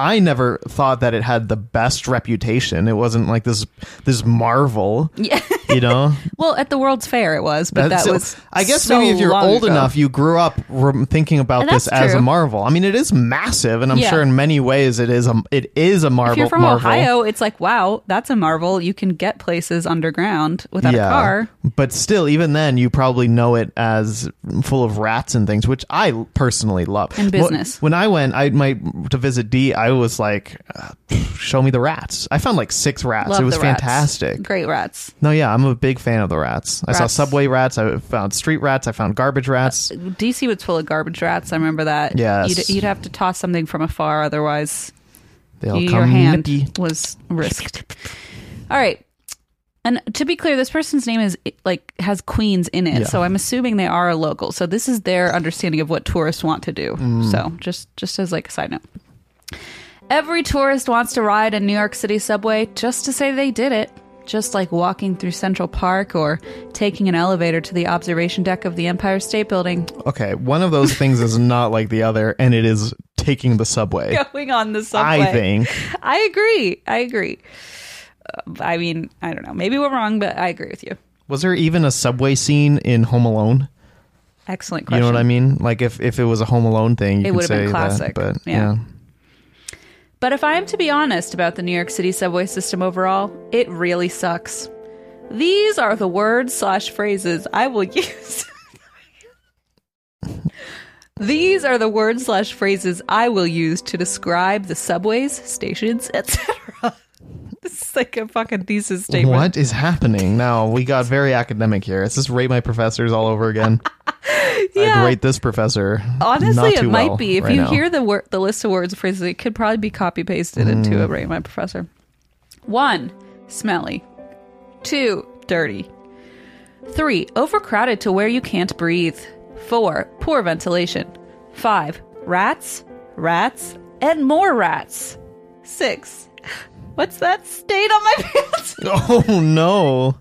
S2: I never thought that it had the best reputation. It wasn't like this this marvel.
S1: Yeah.
S2: You know,
S1: well, at the World's Fair it was, but
S2: That's-
S1: that was
S2: I guess
S1: so
S2: maybe if you're
S1: long
S2: old
S1: ago.
S2: enough, you grew up rem- thinking about
S1: That's
S2: this as a
S1: true.
S2: marvel. I mean, it is massive, and I'm
S1: Yeah.
S2: sure in many ways it is a it is a marvel.
S1: If you're from
S2: marvel.
S1: Ohio, it's like, wow, that's a marvel. You can get places underground without a car.
S2: But still, even then, you probably know it as full of rats and things, which I personally love.
S1: And
S2: Wh-
S1: business.
S2: When, I went, I my to visit D, I was like, uh, "Show me the rats." I found like six rats.
S1: Love
S2: it was
S1: the rats.
S2: fantastic.
S1: Great rats.
S2: No, yeah, I'm a big fan of the rats. I saw
S1: Rats. Uh,
S2: subway rats. I found street rats. I found garbage rats.
S1: DC was full of garbage rats. I remember that.
S2: Yes.
S1: You'd, you'd have to toss something from afar, otherwise
S2: They'll
S1: you- your
S2: come
S1: hand
S2: nippy.
S1: was risked. All right. And to be clear, this person's name is like has Queens in it,
S2: Yeah.
S1: so I'm assuming they are a local. So this is their understanding of what tourists want to do.
S2: Mm.
S1: So just just as like a side note, every tourist wants to ride a New York City subway just to say they did it. Just like walking through Central Park or taking an elevator to the observation deck of the Empire State Building,
S2: Okay, one of those things is not like the other, and it is taking the subway.
S1: going on the subway.
S2: I think.
S1: I agree. I agree. Uh, I mean, I don't know. Maybe we're wrong, but I agree with you.
S2: Was there even a subway scene in Home Alone?
S1: Excellent
S2: You
S1: question.
S2: know what I mean? Like if, if it was a Home Alone thing, you
S1: It
S2: could
S1: would've
S2: say
S1: been classic.
S2: That, but
S1: Yeah.
S2: yeah.
S1: But if I am to be honest about the New York City subway system overall, it really sucks. These are the words slash phrases I will use. These are the words slash phrases I will use to describe the subways, stations, etc. This is like a fucking thesis statement.
S2: What is happening? Now we got very academic here. It's just rate my professors all over again.
S1: Yeah.
S2: I'd rate this professor.
S1: Honestly,
S2: not
S1: it
S2: too
S1: might
S2: well
S1: be. If
S2: right
S1: you
S2: now.
S1: hear the word, the list of words and phrases, it could probably be copy pasted into a
S2: Mm.
S1: Rain My Professor. One, smelly. Two, dirty. Three, overcrowded to where you can't breathe. Four, poor ventilation. Five, rats, rats, and more rats. Six, what's that stain on my pants?
S2: Oh no!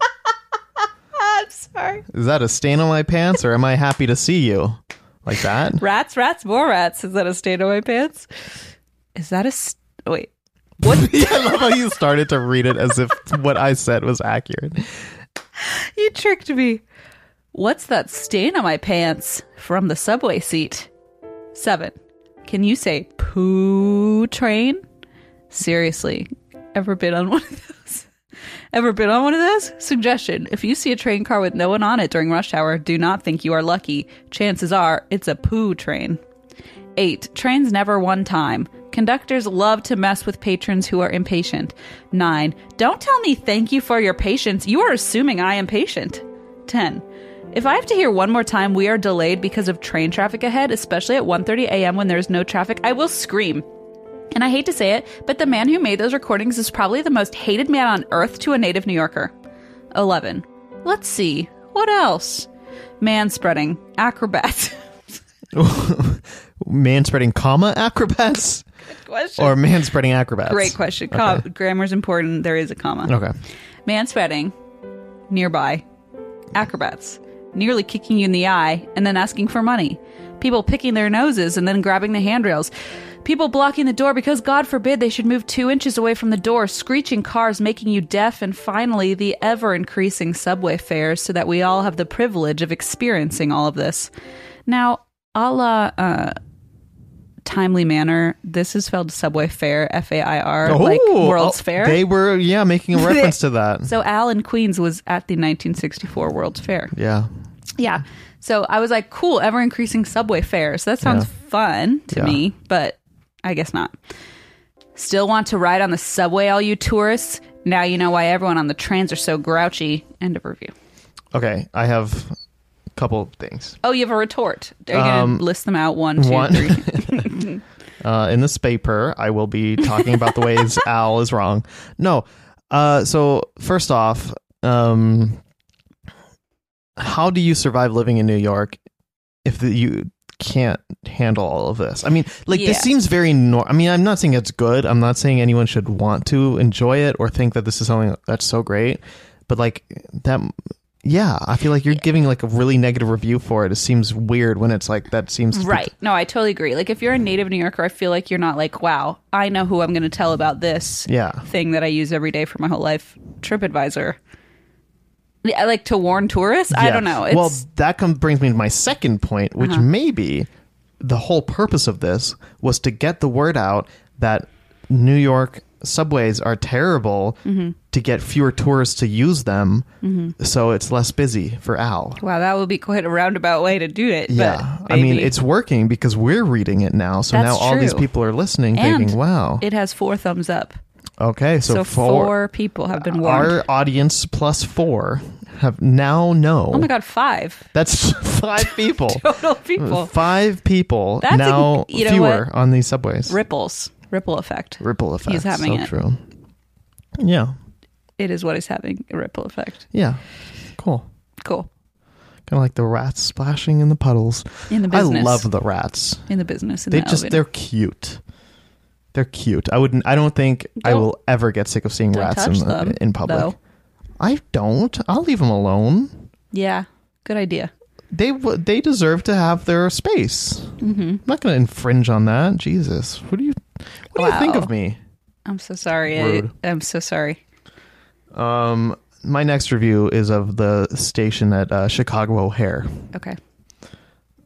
S1: I'm sorry.
S2: Is that a stain on my pants, or am I happy to see you? Like that?
S1: Rats, rats, more rats. Is that a stain on my pants? Is that a st- wait? What?
S2: Yeah, I love how you started to read it as if what I said was accurate.
S1: You tricked me. What's that stain on my pants from the subway seat? Seven. Can you say poo train? Seriously, ever been on one of those? Ever been on one of those? Suggestion If you see a train car with no one on it during rush hour, do not think you are lucky. Chances are it's a poo train. 8. Trains never one time. Conductors love to mess with patrons who are impatient. 9. Don't tell me thank you for your patience. You are assuming I am patient. 10. If I have to hear one more time we are delayed because of train traffic ahead, especially at 1:30 a.m. when there is no traffic, I will scream. And I hate to say it, but the man who made those recordings is probably the most hated man on earth to a native New Yorker. 11. Let's see. What else? Man spreading. Acrobat.
S2: Man spreading comma acrobats
S1: Question.
S2: or man spreading acrobats?
S1: Great question. Com- Grammar's important. There is a comma.
S2: Okay.
S1: Man sweating, nearby, acrobats, nearly kicking you in the eye and then asking for money. People picking their noses and then grabbing the handrails. People blocking the door because, God forbid, they should move two inches away from the door, screeching cars, making you deaf, and finally, the ever increasing subway fares so that we all have the privilege of experiencing all of this. Now, a la uh, timely manner, this is spelled Subway Fair, F A I R, like
S2: Oh,
S1: World's
S2: oh,
S1: Fair.
S2: They were yeah making a reference to that.
S1: So Al in Queens was at the 1964 World's Fair.
S2: Yeah.
S1: Yeah. So I was like, cool, ever increasing subway fares. That sounds fun to
S2: Yeah.
S1: me, but I guess not. Still want to ride on the subway, all you tourists? Now you know why everyone on the trains are so grouchy. End of review.
S2: Okay. I have a couple of things.
S1: Oh, you have a retort. Are you going to list them out? One, two, three.
S2: Um, one. uh, in this paper, I will be talking about the ways Al is wrong. No. Uh, so first off, um, how do you survive living in New York if the, you can't handle all of this? I mean, like
S1: Yeah.
S2: this seems very. Nor- I mean, I'm not saying it's good. I'm not saying anyone should want to enjoy it or think that this is something that's so great. But like that. Yeah, I feel like you're giving like a really negative review for it. It seems weird when it's like that seems
S1: Right. No, I totally agree. Like, if you're a native New Yorker, I feel like you're not like, wow, I know who I'm going to tell about this
S2: Yeah.
S1: thing that I use every day for my whole life TripAdvisor. Yeah, like to warn tourists? I
S2: Yeah.
S1: don't know. It's, Uh-huh.
S2: well, that comes brings me to my second point, which maybe the whole purpose of this was to get the word out that New York subways are terrible
S1: Mm-hmm.
S2: to get fewer tourists to use them, so it's less busy for Al.
S1: wow, that would be quite a roundabout way to do it.
S2: Yeah,
S1: But
S2: I mean
S1: maybe.
S2: it's working because we're reading it now, so
S1: That's
S2: now all these
S1: true.
S2: people are listening,
S1: And
S2: thinking, "Wow,
S1: It has four thumbs up.
S2: okay, so,
S1: So, four, people have been warned.
S2: our audience plus four have now know."
S1: oh my God, five
S2: That's five people.
S1: total people.
S2: Five people
S1: That's a-
S2: now
S1: you know
S2: fewer
S1: what?
S2: on these subways.
S1: Ripples. Ripple effect.
S2: Ripple effect.
S1: He's having
S2: so
S1: it.
S2: true. Yeah.
S1: It is what is having a ripple effect.
S2: Yeah. Cool.
S1: Cool.
S2: Kind of like the rats splashing in the puddles.
S1: In the
S2: I
S1: business.
S2: love the rats.
S1: In the business. In
S2: They
S1: the
S2: just
S1: elevator.
S2: they're cute. They're cute. I wouldn't. I don't think I
S1: Don't-
S2: will ever get sick of seeing
S1: Don't
S2: rats in,
S1: touch
S2: the-
S1: them,
S2: in public.
S1: though.
S2: I don't. I'll leave them alone.
S1: Yeah. Good idea.
S2: They w- they deserve to have their space.
S1: Mm-hmm.
S2: I'm not going to infringe on that. Jesus, what do you what do you think
S1: Wow.
S2: of me?
S1: I'm so sorry. I,
S2: Rude.
S1: I'm so sorry.
S2: Um, my next review is of the station at uh, Chicago O'Hare.
S1: Okay.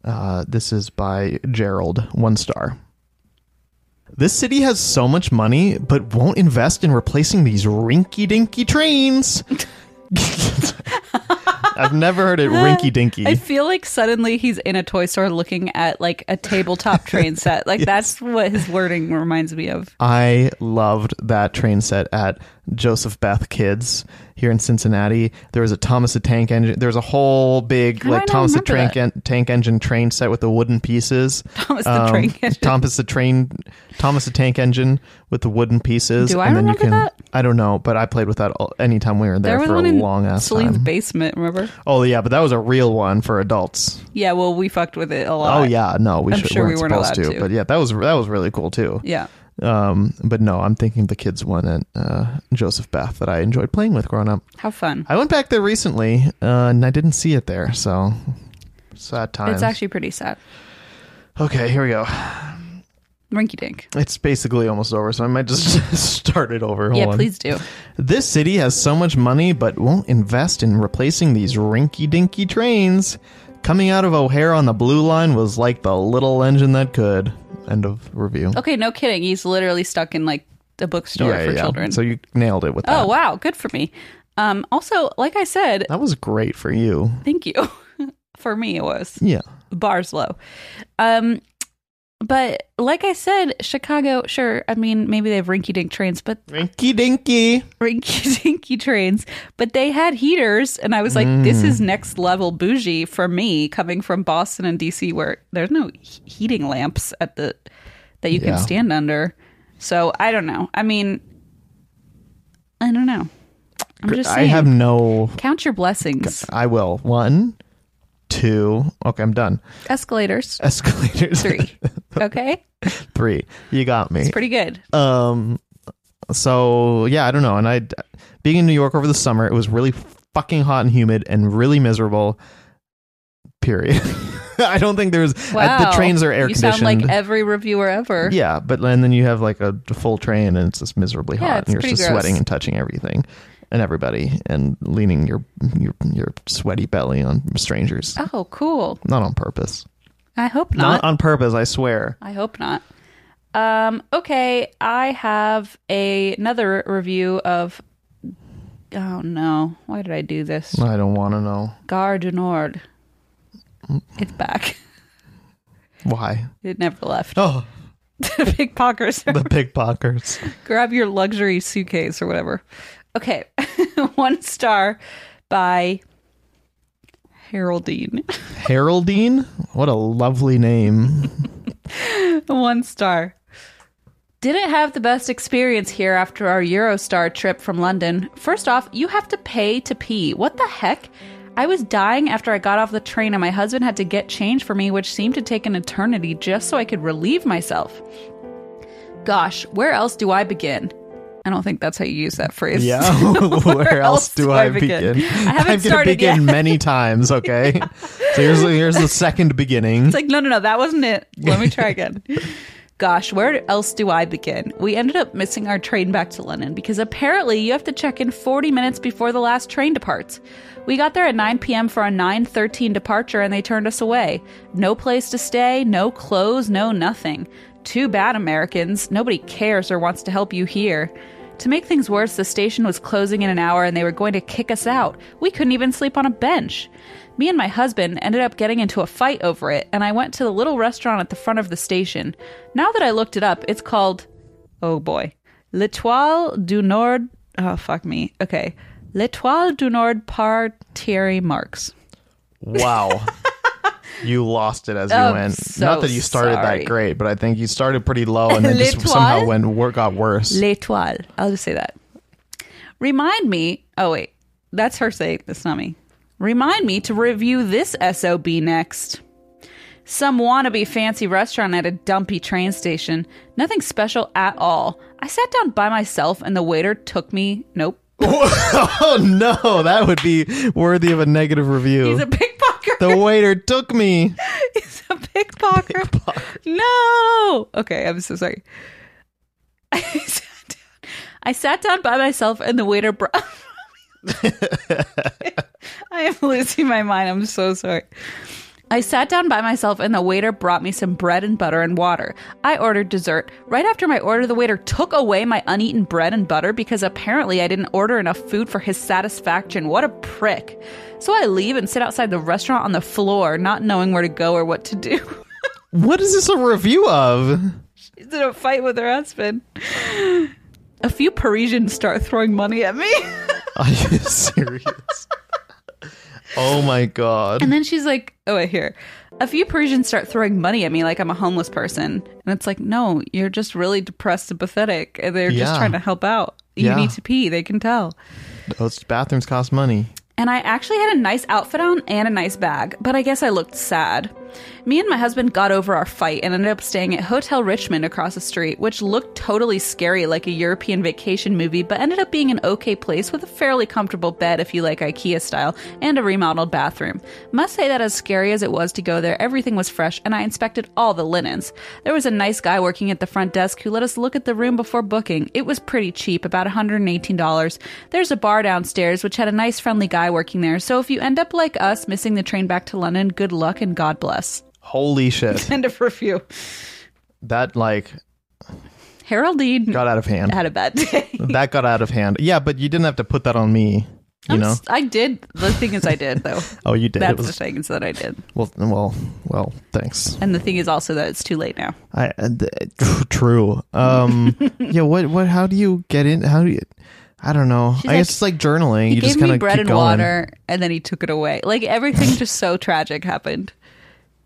S2: Uh, this is by Gerald, one star. This city has so much money, but won't invest in replacing these rinky dinky trains. I've never heard it rinky dinky.
S1: I feel like suddenly he's in a toy store looking at like a tabletop train set. Like that's what his wording reminds me of.
S2: I loved that train set at Joseph Beth kids here in Cincinnati. There was a Thomas the Tank Engine. There was a whole
S1: How
S2: big
S1: do I
S2: like
S1: not
S2: Thomas the
S1: remember
S2: Tank, en- Tank Engine train set with the wooden pieces. Um,
S1: Thomas the Train Engine.
S2: Thomas the train. Thomas the Tank Engine with the wooden pieces.
S1: Do I
S2: and then you
S1: remember
S2: can,
S1: that?
S2: I don't know, but I played with that all, anytime we were there,
S1: There was
S2: for
S1: one
S2: a
S1: in
S2: long ass
S1: Celine's
S2: time.
S1: basement, remember?
S2: oh yeah, but that was a real one for adults.
S1: Yeah, well, we fucked with it a lot.
S2: Oh yeah, no, we
S1: I'm
S2: should,
S1: sure we
S2: weren't
S1: weren't
S2: supposed
S1: allowed
S2: to,
S1: to.
S2: But yeah, that was that was really cool too.
S1: Yeah.
S2: Um, but no, I'm thinking of the kids one at uh, Joseph Beth that I enjoyed playing with growing up.
S1: How fun.
S2: I went back there recently, uh, and I didn't see it there, so sad times.
S1: It's actually pretty sad.
S2: okay. Here we go.
S1: Rinky dink.
S2: It's basically almost over, so I might just start it over. Hold
S1: Yeah,
S2: on.
S1: please do.
S2: This city has so much money, but won't invest in replacing these rinky-dinky trains. Coming out of O'Hare on the Blue Line was like the little engine that could. End of review.
S1: Okay, no kidding. He's literally stuck in like a bookstore for children.
S2: So you nailed it with that.
S1: oh, wow. Good for me. Um, also, like I said,
S2: That was great for you.
S1: thank you. for me, it was.
S2: Yeah.
S1: bars low. Um, but like I said, Chicago, sure, I mean, maybe they have rinky dink trains, but
S2: Rinky dinky.
S1: rinky dinky trains, but they had heaters. And I was like, this
S2: Mm.
S1: is next level bougie for me coming from Boston and DC, where there's no he- heating lamps at the that you
S2: Yeah.
S1: can stand under. So I don't know. I mean, I don't know. I'm just
S2: I
S1: saying,
S2: have no.
S1: count your blessings.
S2: I will. One, two. Okay, I'm done.
S1: Escalators,
S2: Escalators.
S1: three. Okay,
S2: Three. You got me.
S1: it's pretty good.
S2: um. So yeah, I don't know. And I, being in New York over the summer, it was really fucking hot and humid and really miserable. Period. I don't think there's. I-
S1: Wow.
S2: the trains are air
S1: you
S2: conditioned.
S1: sound like every reviewer ever.
S2: Yeah, but and then you have like a full train and it's just miserably
S1: Yeah,
S2: hot
S1: it's
S2: and you're
S1: pretty
S2: just
S1: gross.
S2: sweating and touching everything and everybody and leaning your your your sweaty belly on strangers.
S1: Oh, cool.
S2: Not on purpose.
S1: I hope
S2: Not
S1: not.
S2: on purpose, I swear.
S1: I hope not. Um, okay, I have a, another review of. Oh no! Why did I do this?
S2: I don't want to know
S1: Gare du Nord. It's back.
S2: why.
S1: It never left.
S2: Oh,
S1: The pickpockets.
S2: the pickpockets.
S1: Grab your luxury suitcase or whatever. Okay, one star by Haroldine.
S2: Haroldine? What a lovely name.
S1: One star. Didn't have the best experience here after our Eurostar trip from London. First off, you have to pay to pee. What the heck? I was dying after I got off the train, and my husband had to get change for me, which seemed to take an eternity just so I could relieve myself. Gosh, where else do I begin? I don't think that's how you use that phrase.
S2: Yeah. Where, else do, I, begin?
S1: I haven't
S2: am
S1: started
S2: begin
S1: yet.
S2: many times, okay? So here's here's the second beginning.
S1: It's like, no, no, no, that wasn't it. Let me try again. Gosh, where else do I begin? We ended up missing our train back to London because apparently you have to check in 40 minutes before the last train departs. We got there at 9 p.m. for a 9:13 departure and they turned us away. No place to stay, no clothes, no nothing. Too bad, Americans. Nobody cares or wants to help you here. To make things worse, the station was closing in an hour and they were going to kick us out. We couldn't even sleep on a bench. Me and my husband ended up getting into a fight over it, and I went to the little restaurant at the front of the station. Now that I looked it up, it's called, oh boy, L'Etoile du Nord. Oh, fuck me. Okay. L'Etoile du Nord par Thierry Marx.
S2: Wow. you lost it as you
S1: I'm
S2: went.
S1: so
S2: Not that you started
S1: sorry.
S2: that great, but I think you started pretty low and then just
S1: L'Etoile?
S2: somehow went wor- got worse.
S1: L'Etoile. I'll just say that. Remind me. Oh, wait. That's her saying. That's not me. Remind me to review this SOB next. Some wannabe fancy restaurant at a dumpy train station. Nothing special at all. I sat down by myself and the waiter took me. Nope.
S2: oh no, that would be worthy of a negative review.
S1: He's a pickpocket.
S2: the waiter took me.
S1: He's a pickpocket. No. Okay, I'm so sorry. I sat down, I sat down by myself, and the waiter brought. I am losing my mind. I'm so sorry. I sat down by myself, and the waiter brought me some bread and butter and water. I ordered dessert. Right after my order, the waiter took away my uneaten bread and butter because apparently I didn't order enough food for his satisfaction. What a prick. So I leave and sit outside the restaurant on the floor, not knowing where to go or what to do.
S2: What is this a review of?
S1: She's in a fight with her husband. a few Parisians start throwing money at me.
S2: Are you serious? oh my god.
S1: and then she's like, oh, wait, here. A few Parisians start throwing money at me like I'm a homeless person. And it's like, no, you're just really depressed and pathetic. And they're just
S2: Yeah.
S1: trying to help out. You
S2: Yeah.
S1: need to pee. They can tell.
S2: Those bathrooms cost money.
S1: and I actually had a nice outfit on and a nice bag, but I guess I looked sad. Me and my husband got over our fight and ended up staying at Hotel Richmond across the street, which looked totally scary like a European vacation movie, but ended up being an okay place with a fairly comfortable bed if you like IKEA style and a remodeled bathroom. Must say that as scary as it was to go there, everything was fresh and I inspected all the linens. There was a nice guy working at the front desk who let us look at the room before booking. It was pretty cheap, about $118. There's a bar downstairs which had a nice friendly guy working there, so if you end up like us missing the train back to London, good luck and God bless.
S2: Holy shit.
S1: End of review.
S2: that like
S1: Haroldine
S2: got out of hand.
S1: had a bad day.
S2: that got out of hand. Yeah, but you didn't have to put that on me. You
S1: I'm
S2: know?
S1: s- I did. The thing is, I did though.
S2: Oh, you did.
S1: That's
S2: it was
S1: the thing is that I did.
S2: well, well, well. Thanks.
S1: And the thing is also that it's too late now.
S2: I uh, th- tr- true. Um, yeah. What? What? How do you get in? How do you? I don't know. I
S1: like,
S2: guess it's like journaling.
S1: He
S2: you
S1: gave
S2: just
S1: me
S2: kind of
S1: bread
S2: keep
S1: and
S2: going.
S1: water, and then he took it away. Like everything just so tragic happened.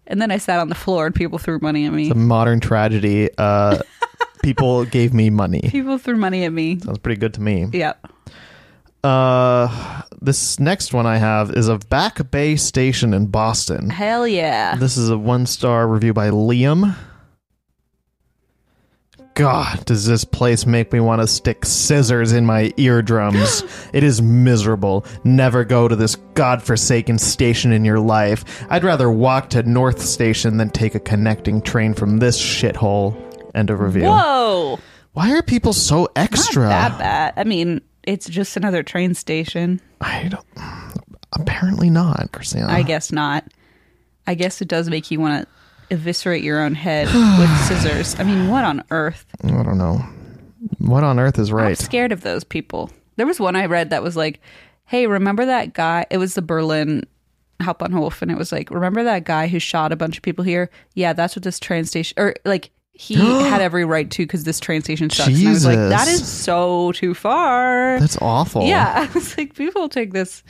S1: And then I sat on the floor, and people threw money at me.
S2: The modern tragedy. Uh, people gave me money.
S1: People threw money at me.
S2: Sounds pretty good to me.
S1: Yeah.
S2: Uh, this next one I have is a Back Bay station in Boston.
S1: Hell yeah.
S2: This is a one star review by Liam. God, does this place make me want to stick scissors in my eardrums? it is miserable. Never go to this godforsaken station in your life. I'd rather walk to North Station than take a connecting train from this shithole. End of review.
S1: Whoa.
S2: Why are people so extra?
S1: Not that bad. I mean, it's just another train station.
S2: I don't. Apparently not, Christina.
S1: I guess not. I guess it does make you want to eviscerate your own head with scissors. I mean, what on earth?
S2: I don't know. What on earth is
S1: I'm
S2: right?
S1: scared of those people. There was one I read that was like, "Hey, remember that guy? It was the Berlin Hauptbahnhof, and it was like, remember that guy who shot a bunch of people here? Yeah, that's what this train station or like." He had every right to because this train station sucks. And I was like,
S2: Jesus.
S1: that is so too far.
S2: That's awful.
S1: Yeah, I was like, people take this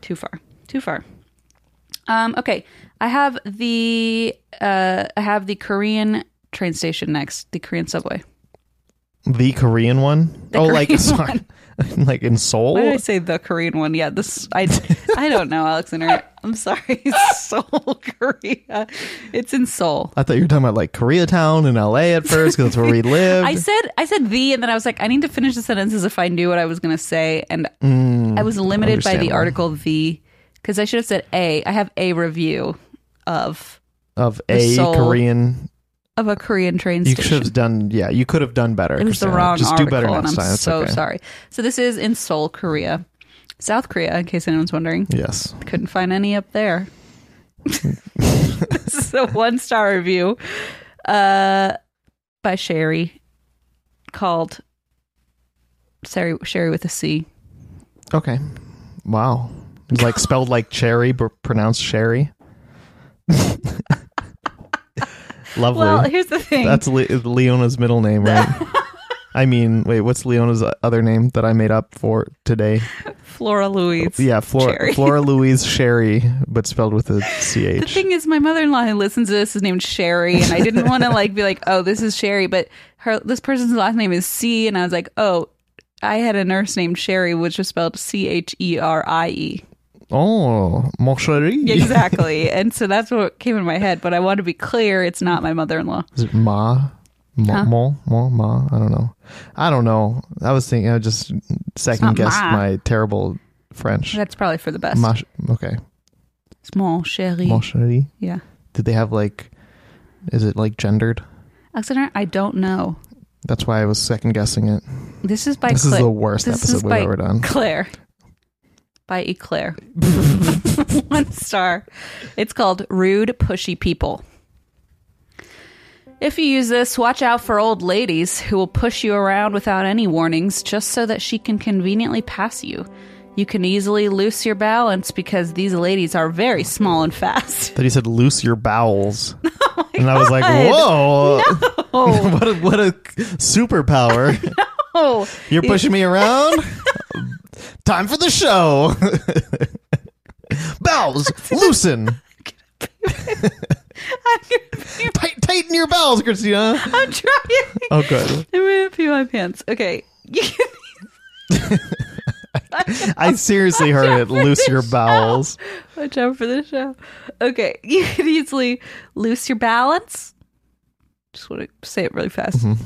S1: too far, too far. Um, okay, I have the uh, I have the Korean train station next, the Korean subway.
S2: The Korean one? oh, like
S1: Korean
S2: sorry, like in Seoul?
S1: Why did I say the Korean one? Yeah, this I I don't know, Alexander. I'm sorry, Seoul, Korea. It's in Seoul.
S2: I thought you were talking about like Koreatown in LA at first because that's where we lived.
S1: I said I said the, and then I was like, I need to finish the sentence as if I knew what I was going to say, and I was limited by the
S2: Mm, understandable.
S1: article the because I should have said a. I have a review of
S2: of a
S1: Seoul
S2: Korean.
S1: of a Korean train
S2: You should
S1: station.
S2: have done. Yeah, you could have done better.
S1: It was the
S2: Christina.
S1: wrong
S2: Just
S1: article,
S2: do better
S1: and
S2: next
S1: I'm
S2: time. It's
S1: so
S2: okay.
S1: sorry. So this is in Seoul, Korea, South Korea. In case anyone's wondering,
S2: Yes.
S1: couldn't find any up there. this is a one star review uh, by Sherry called Sherry Sherry with a C.
S2: Okay. Wow. It's like spelled like cherry, but pronounced sherry. Lovely.
S1: Well, here's the thing.
S2: That's Le- Leona's middle name, right? I mean, wait, what's Leona's other name that I made up for today?
S1: Flora Louise.
S2: Yeah, Flora,
S1: Sherry.
S2: Flora Louise Sherry, but spelled with a CH.
S1: The thing is, my mother in law who listens to this is named Sherry, and I didn't want to like be like, oh, this is Sherry, but her this person's last name is C, and I was like, oh, I had a nurse named Sherry, which was spelled C H E R I E.
S2: Oh, mon chéri.
S1: Exactly, and so that's what came in my head. But I want to be clear, it's not my mother in law.
S2: Is it ma? Ma, mo, mo, ma? I don't know. I don't know. I was thinking, I just second guessed
S1: ma.
S2: my terrible French.
S1: That's probably for the best.
S2: Ma, okay.
S1: it's mon Sherry.
S2: Mon chéri.
S1: yeah,
S2: Did they have like, is it like gendered?
S1: Alexander, I don't know.
S2: That's why I was second guessing it.
S1: This is by
S2: This is
S1: Claire.
S2: the worst
S1: this
S2: episode
S1: is
S2: we've
S1: by
S2: ever done.
S1: Claire. By Eclair. One star. It's called Rude Pushy People. If you use this, watch out for old ladies who will push you around without any warnings just so that she can conveniently pass you. You can easily lose your balance because these ladies are very small and fast.
S2: That he said, loose your bowels. and I was like, whoa.
S1: Oh,
S2: what, a, what a superpower.
S1: no.
S2: You're pushing me around? Time for the show. Bells, loosen.
S1: I'm gonna pee-
S2: Tight, tighten your bells, Christina.
S1: I'm trying.
S2: Oh, good.
S1: I'm gonna pee my pants. Okay. You can-
S2: I seriously heard it. Loose your bowels.
S1: Watch out for this show. Okay. You can easily lose your balance. Just want to say it really fast.
S2: Mm-hmm.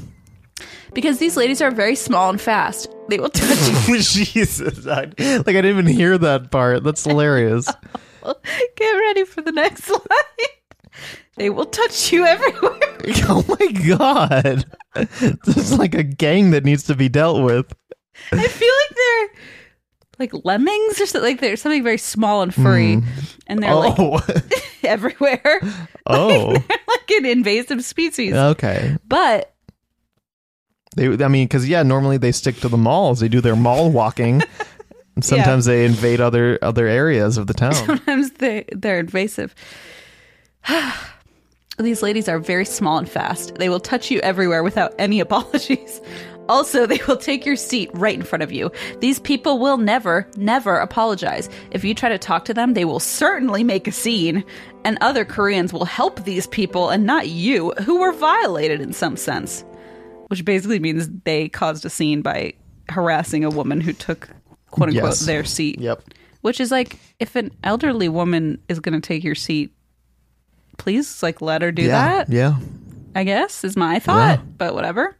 S1: Because these ladies are very small and fast. They will touch you.
S2: Jesus. I, like, I didn't even hear that part. That's hilarious.
S1: Get ready for the next slide. They will touch you everywhere.
S2: Oh, my God. This is like a gang that needs to be dealt with.
S1: I feel like they're like lemmings or something. Like they're something very small and furry, and they're like
S2: Mm. Oh.
S1: everywhere.
S2: Oh.
S1: like an invasive species.
S2: Okay.
S1: But
S2: They, I mean, because yeah, normally they stick to the malls. They do their mall walking. And sometimes they invade other other areas of the town.
S1: sometimes they they're invasive. These ladies are very small and fast. They will touch you everywhere without any apologies. Also, they will take your seat right in front of you. These people will never, never apologize. If you try to talk to them, they will certainly make a scene. And other Koreans will help these people and not you, who were violated in some sense. Which basically means they caused a scene by harassing a woman who took, quote unquote,
S2: Yes.
S1: their seat.
S2: Yep.
S1: Which is like, if an elderly woman is going to take your seat, please like let her do
S2: yeah.
S1: that. Um,
S2: Yeah.
S1: I guess is my thought,
S2: Yeah.
S1: but whatever.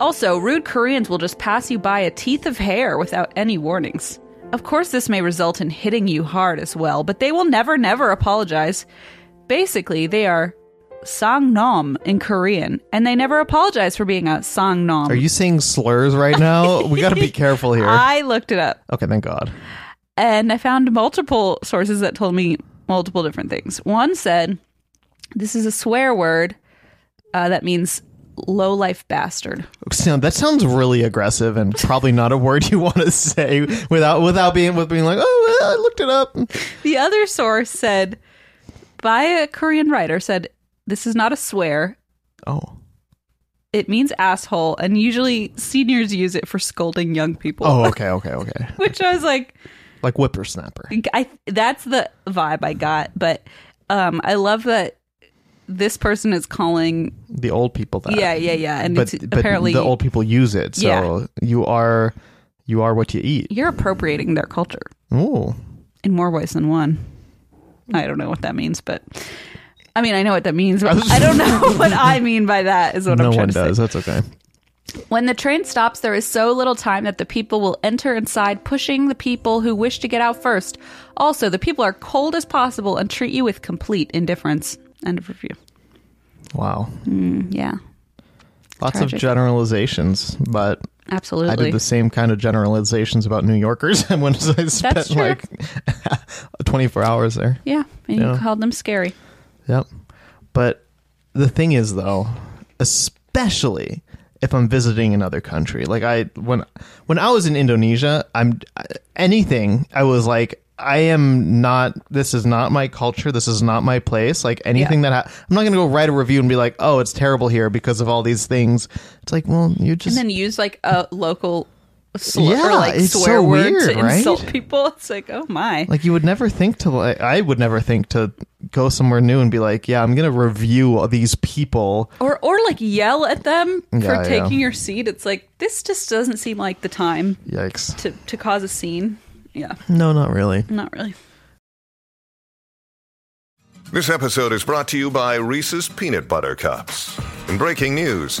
S1: Also, rude Koreans will just pass you by a teeth of hair without any warnings. Of course, this may result in hitting you hard as well, but they will never, never apologize. Basically, they are sangnom in Korean, and they never apologize for being a sangnom.
S2: Are you saying slurs right now? we got to be careful here.
S1: I looked it up.
S2: okay, thank God.
S1: and I found multiple sources that told me multiple different things. One said, "This is a swear word uh, that means low life bastard."
S2: So that sounds really aggressive and probably not a word you want to say without without being with being like, oh, well, I looked it up.
S1: The other source said, by a Korean writer, said, "This is not a swear.
S2: Oh,
S1: It means asshole." And usually, seniors use it for scolding young people.
S2: oh, okay, okay, okay.
S1: Which I was like,
S2: Like whippersnapper.
S1: I that's the vibe I got. But um, I love that this person is calling.
S2: The old people that.
S1: Yeah, yeah, yeah. And
S2: but,
S1: it's
S2: but
S1: apparently
S2: the old people use it. So
S1: Yeah.
S2: you are you are what you eat.
S1: you're appropriating their culture
S2: Ooh.
S1: in more ways than one.
S2: Hmm.
S1: I don't know what that means, but I mean, I know what that means, but I don't know what I mean by that is what
S2: no
S1: I'm trying
S2: one
S1: to say.
S2: does. That's okay.
S1: When the train stops, there is so little time that the people will enter inside, pushing the people who wish to get out first. Also, the people are cold as possible and treat you with complete indifference. End of review.
S2: Wow.
S1: Yeah,
S2: Lots
S1: Tragic.
S2: of generalizations, but I
S1: absolutely.
S2: did the same kind of generalizations about New Yorkers when I spent
S1: true.
S2: like 24 hours there.
S1: yeah, and
S2: Yeah.
S1: you called them scary.
S2: Yep. But the thing is, though, especially if I'm visiting another country, like I when when I was in Indonesia, I'm anything. I was like, I am not. This is not my culture. This is not my place. Like anything that ha- I'm not going to go write a review and be like, oh, it's terrible here because of all these things. It's like, well, you
S1: And
S2: just
S1: then use like a local slur
S2: Yeah,
S1: or like
S2: it's
S1: swear
S2: so
S1: word
S2: weird,
S1: to
S2: right?
S1: insult people. It's like, oh my.
S2: like you would never think to like I would never think to go somewhere new and be like, yeah, I'm going to review these people.
S1: or or like yell at them
S2: Yeah,
S1: for
S2: yeah.
S1: taking your seat. It's like this just doesn't seem like the time
S2: Yikes!
S1: to to cause a scene. Yeah,
S2: No, not really.
S1: not really.
S5: This episode is brought to you by Reese's Peanut Butter Cups. In breaking news,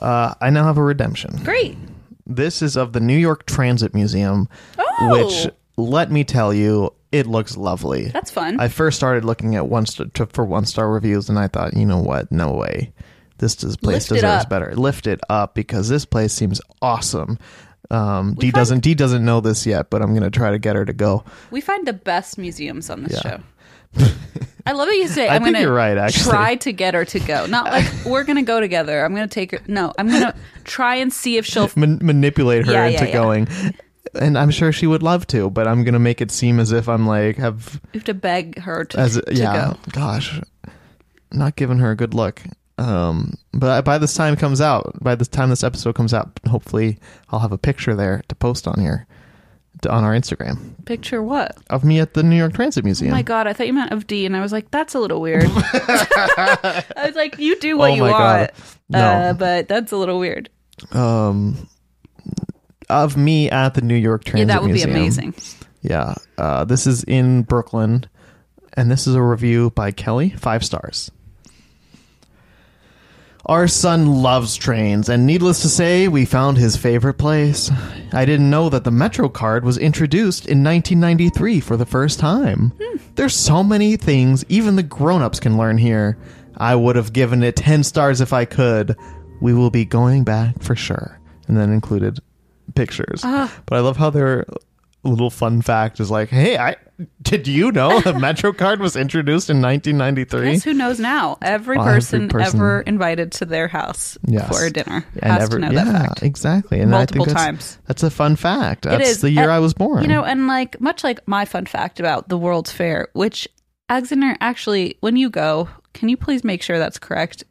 S2: Uh, I now have a redemption.
S1: Great.
S2: This is of the New York Transit Museum,
S1: Oh.
S2: which let me tell you, it looks lovely.
S1: That's fun.
S2: I first started looking at one st- to, for one star reviews, and I thought, you know what? No way. This does, place
S1: Lift it
S2: deserves
S1: up.
S2: better. Lift it up because this place seems awesome. Um, D
S1: find-
S2: doesn't D doesn't know this yet, but I'm gonna try to get her to go.
S1: we find the best museums on this show. I love that you say
S2: I
S1: I'm
S2: think
S1: gonna
S2: you're right, actually.
S1: try to get her to go. Not like we're gonna go together. I'm gonna take her no, I'm gonna try and see if she'll
S2: Man- manipulate her
S1: Yeah, yeah,
S2: into
S1: yeah.
S2: going, and I'm sure she would love to, but I'm gonna make it seem as if I'm like have
S1: you have to beg her to,
S2: as
S1: to
S2: yeah
S1: go.
S2: gosh not giving her a good look um but by this time it comes out by the time this episode comes out hopefully i'll have a picture there to post on here to, on our instagram
S1: Picture what?
S2: of me at the new york transit
S1: Oh
S2: museum
S1: my god, I thought you meant of D and I was like, that's a little weird. I was like, you do what
S2: Oh
S1: you
S2: my God.
S1: want.
S2: No.
S1: Uh, but that's a little weird.
S2: um of me at the new york
S1: Yeah,
S2: transit
S1: that would
S2: museum
S1: be amazing.
S2: yeah uh this is in brooklyn and this is a review by kelly five stars Our son loves trains, and needless to say, we found his favorite place. I didn't know that the Metro card was introduced in 1993 for the first time. There's so many things even the grown-ups can learn here. I would have given it 10 stars if I could. We will be going back for sure. And then included pictures. But I love how their little fun fact is like, "Hey, I did you know the Metro card was introduced in 1993?"
S1: Guess who knows now? Every
S2: Every
S1: person,
S2: person-
S1: ever invited to their house
S2: Yes.
S1: for dinner
S2: And
S1: has
S2: every-
S1: to know
S2: yeah,
S1: that fact.
S2: exactly. And I
S1: Multiple
S2: think that's,
S1: times.
S2: That's a fun fact.
S1: It
S2: That's
S1: is.
S2: the year
S1: Uh,
S2: I was born.
S1: You know, and like much like my fun fact about the World's Fair, which Alexander actually, when you go, can you please make sure that's correct?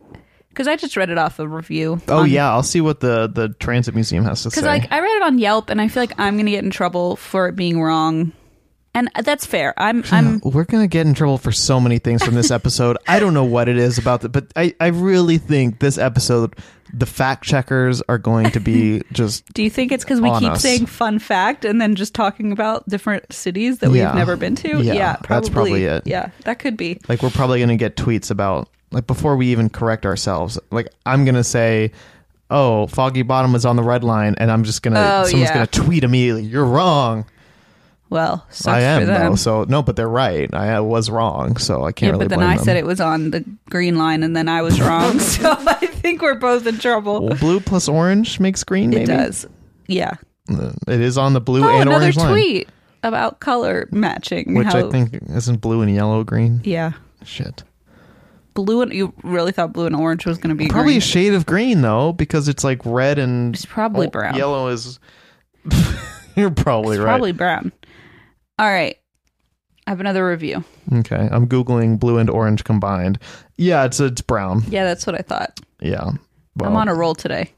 S1: Because I just read it off a review.
S2: oh yeah, I'll see what the the transit museum has to say.
S1: Because um, like I read it on Yelp, and I feel like I'm gonna get in trouble for it being wrong, and that's fair. I'm I'm
S2: We're gonna get in trouble for so many things from this episode. I don't know what it is about the, but I I really think this episode, the fact checkers are going to be just
S1: Do you think it's because we
S2: on
S1: keep
S2: us.
S1: saying fun fact and then just talking about different cities that
S2: Yeah.
S1: we've never been to?
S2: Yeah,
S1: Yeah,
S2: that's
S1: probably.
S2: probably it.
S1: Yeah, that could be.
S2: like we're probably gonna get tweets about like before we even correct ourselves. Like I'm gonna say. Oh, Foggy Bottom was on the red line, and I'm just gonna.
S1: Oh,
S2: someone's
S1: yeah.
S2: gonna tweet immediately. You're wrong.
S1: Well, sucks
S2: I am
S1: for them.
S2: though. So no, but they're right. I uh, was wrong, so I can't
S1: yeah,
S2: really
S1: but then
S2: blame
S1: I
S2: them.
S1: said it was on the green line, and then I was wrong. so I think we're both in trouble.
S2: Well, blue plus orange makes green. Maybe Uh,
S1: It does. Yeah.
S2: It is on the blue
S1: Oh,
S2: and
S1: another
S2: orange
S1: tweet about color matching.
S2: line, which
S1: how-
S2: I think isn't blue and yellow green.
S1: Yeah,
S2: Shit.
S1: blue and you really thought blue and orange was going to be
S2: Probably
S1: green.
S2: a shade of green though, because it's like red and
S1: It's probably brown.
S2: Yellow is. You're probably
S1: It's
S2: right.
S1: probably brown. All right, I have another review.
S2: Okay, I'm googling blue and orange combined. Yeah, it's it's brown.
S1: Yeah, that's what I thought.
S2: Yeah. Well,
S1: I'm on a roll today.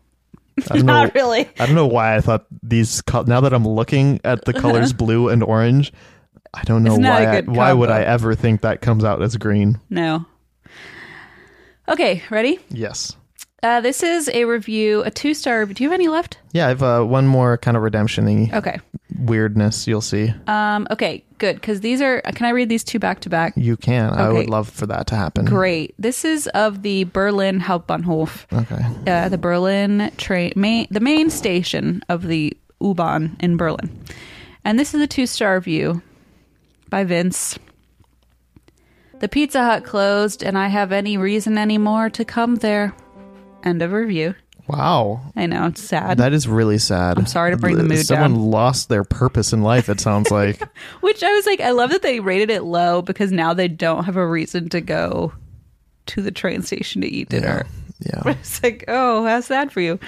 S2: I don't know-
S1: Not really.
S2: I don't know why I thought these. Co- now that I'm looking at the colors blue and orange, I don't know
S1: It's not
S2: why.
S1: a
S2: I,
S1: good
S2: why would I
S1: combo.
S2: ever think that comes out as green?
S1: No. Okay, ready?
S2: Yes.
S1: Uh, this is a review, a two star. Do you have any left?
S2: Yeah, I've uh, one more kind of redemption-y
S1: Okay.
S2: weirdness. You'll see.
S1: Um, okay, good. Because these are. Can I read these two back to back?
S2: You can. I
S1: Okay.
S2: would love for that to happen.
S1: Great. This is of the Berlin Hauptbahnhof,
S2: Okay.
S1: uh, the Berlin train, main, the main station of the U-Bahn in Berlin. And this is a two star review by Vince. The Pizza Hut closed, and I have any reason anymore to come there. End of review.
S2: Wow.
S1: I know it's sad.
S2: That is really sad. I'm
S1: sorry to bring the mood
S2: Someone
S1: down.
S2: lost their purpose in life. It sounds like.
S1: Which I was like, I love that they rated it low because now they don't have a reason to go to the train station to eat dinner.
S2: yeah.
S1: It's like, oh, how's that for you?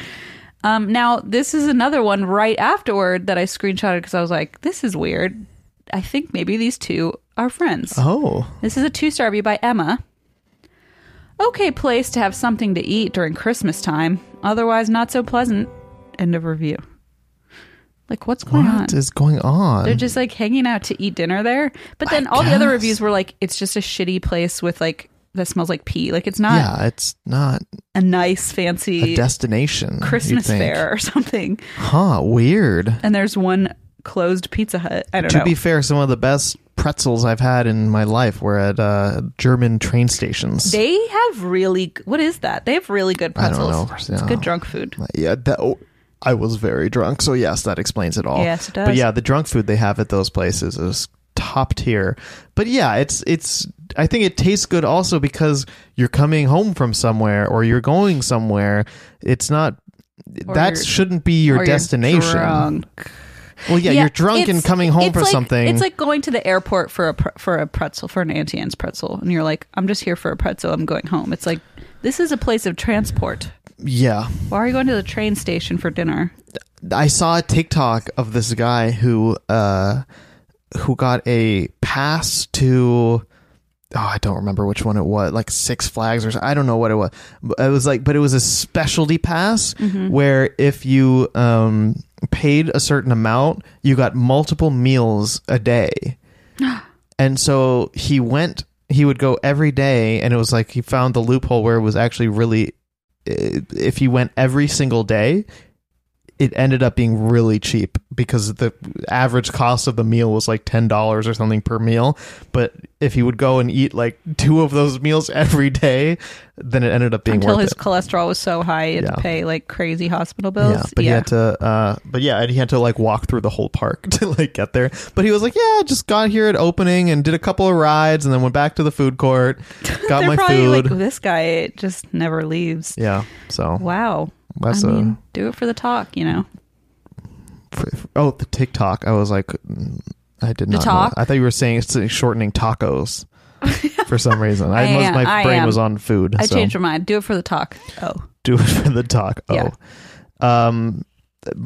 S1: Um, now this is another one right afterward that I screenshotted because I was like, this is weird. I think maybe these two are friends.
S2: Oh.
S1: This is a two star review by Emma. Okay, place to have something to eat during Christmas time. Otherwise, not so pleasant. End of review. Like, what's going on?
S2: What is going on?
S1: They're just like hanging out to eat dinner there. But then all the other
S2: guess.
S1: reviews were like, it's just a shitty place with like that smells like pee. Like it's not
S2: yeah, it's not
S1: a nice
S2: a
S1: fancy
S2: destination. you'd
S1: Christmas
S2: think.
S1: fair or something.
S2: Huh, weird.
S1: And there's one closed Pizza Hut. I don't
S2: to
S1: know.
S2: be fair, some of the best pretzels I've had in my life were at uh, German train stations.
S1: they have really g- what is that? They have really good
S2: I don't
S1: pretzels.
S2: know.
S1: It's
S2: Yeah.
S1: good drunk food.
S2: yeah, that, oh, I was very drunk, so yes, that explains it all.
S1: Yes, it does.
S2: But yeah, the drunk food they have at those places is top tier. But yeah, it's it's. I think it tastes good also because you're coming home from somewhere or you're going somewhere. It's not.
S1: Or
S2: that
S1: you're-
S2: shouldn't be
S1: Or
S2: your
S1: you're
S2: destination.
S1: drunk.
S2: Well, yeah, you're drunk and
S1: it's-
S2: coming home
S1: it's
S2: for
S1: like-
S2: something.
S1: It's like going to the airport for a pr- for a pretzel for an Auntie Anne's pretzel, and you're like, I'm just here for a pretzel. I'm going home. It's like this is a place of transport.
S2: yeah,
S1: Why are you going to the train station for dinner?
S2: I saw a TikTok of this guy who uh who got a pass to oh I don't remember which one it was like Six Flags or so- I don't know what it was But it was like but it was a specialty pass where if you um paid a certain amount you got multiple meals a day and so he went he would go every day and it was like he found the loophole where it was actually really i- if he went every single day it ended up being really cheap because the average cost of the meal was like ten dollars or something per meal. But if he would go and eat like two of those meals every day, then it ended up being
S1: Until
S2: worth
S1: his
S2: it.
S1: cholesterol was so high, he had to
S2: Yeah.
S1: pay like crazy hospital bills.
S2: Yeah, but he had to. Uh, but yeah, and he had to like walk through the whole park to like get there. But he was like, "Yeah, just got here at opening and did a couple of rides, and then went back to the food court, got
S1: They're
S2: my
S1: probably
S2: food."
S1: like, this guy just never leaves.
S2: yeah, so
S1: Wow.
S2: That's
S1: I
S2: a-
S1: mean, do it for the talk, you know.
S2: f- f- oh the TikTok. I was like, mm, I did not. know
S1: talk?
S2: that. I thought you were saying it's uh, shortening tacos for some reason. I,
S1: I
S2: must-
S1: am-
S2: my
S1: I
S2: brain
S1: am.
S2: was on food.
S1: I
S2: so
S1: changed my mind. Do it for the talk. Oh,
S2: do it for the talk. Oh,
S1: Yeah.
S2: um,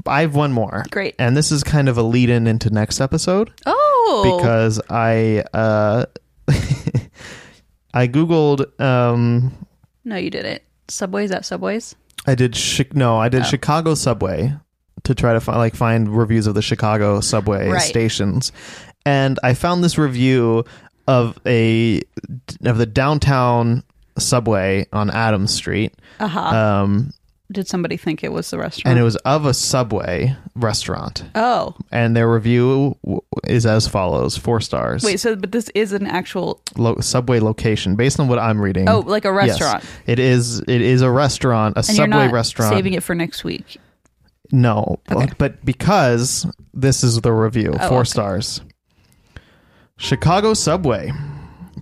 S2: I have one more.
S1: Great.
S2: and this is kind of a lead in into next episode
S1: oh,
S2: because I uh, I googled um.
S1: no, you didn't. Subways at Subways.
S2: I did chi- no, I
S1: Oh.
S2: did Chicago subway to try to find like find reviews of the Chicago subway
S1: Right.
S2: stations, and I found this review of a of the downtown subway on Adams Street,
S1: Ah.
S2: um,
S1: Did somebody think it was the restaurant?
S2: and it was of a subway restaurant,
S1: oh,
S2: and their review w- is as follows: four stars.
S1: wait. So, but this is an actual.
S2: Lo- subway location based on what I'm reading.
S1: Oh, like a
S2: Yes.
S1: restaurant.
S2: it is. It is a restaurant, a
S1: And
S2: subway
S1: you're not
S2: restaurant.
S1: saving it for next week.
S2: No,
S1: Okay.
S2: but, but because this is the review,
S1: Oh,
S2: four
S1: okay.
S2: stars. Chicago subway.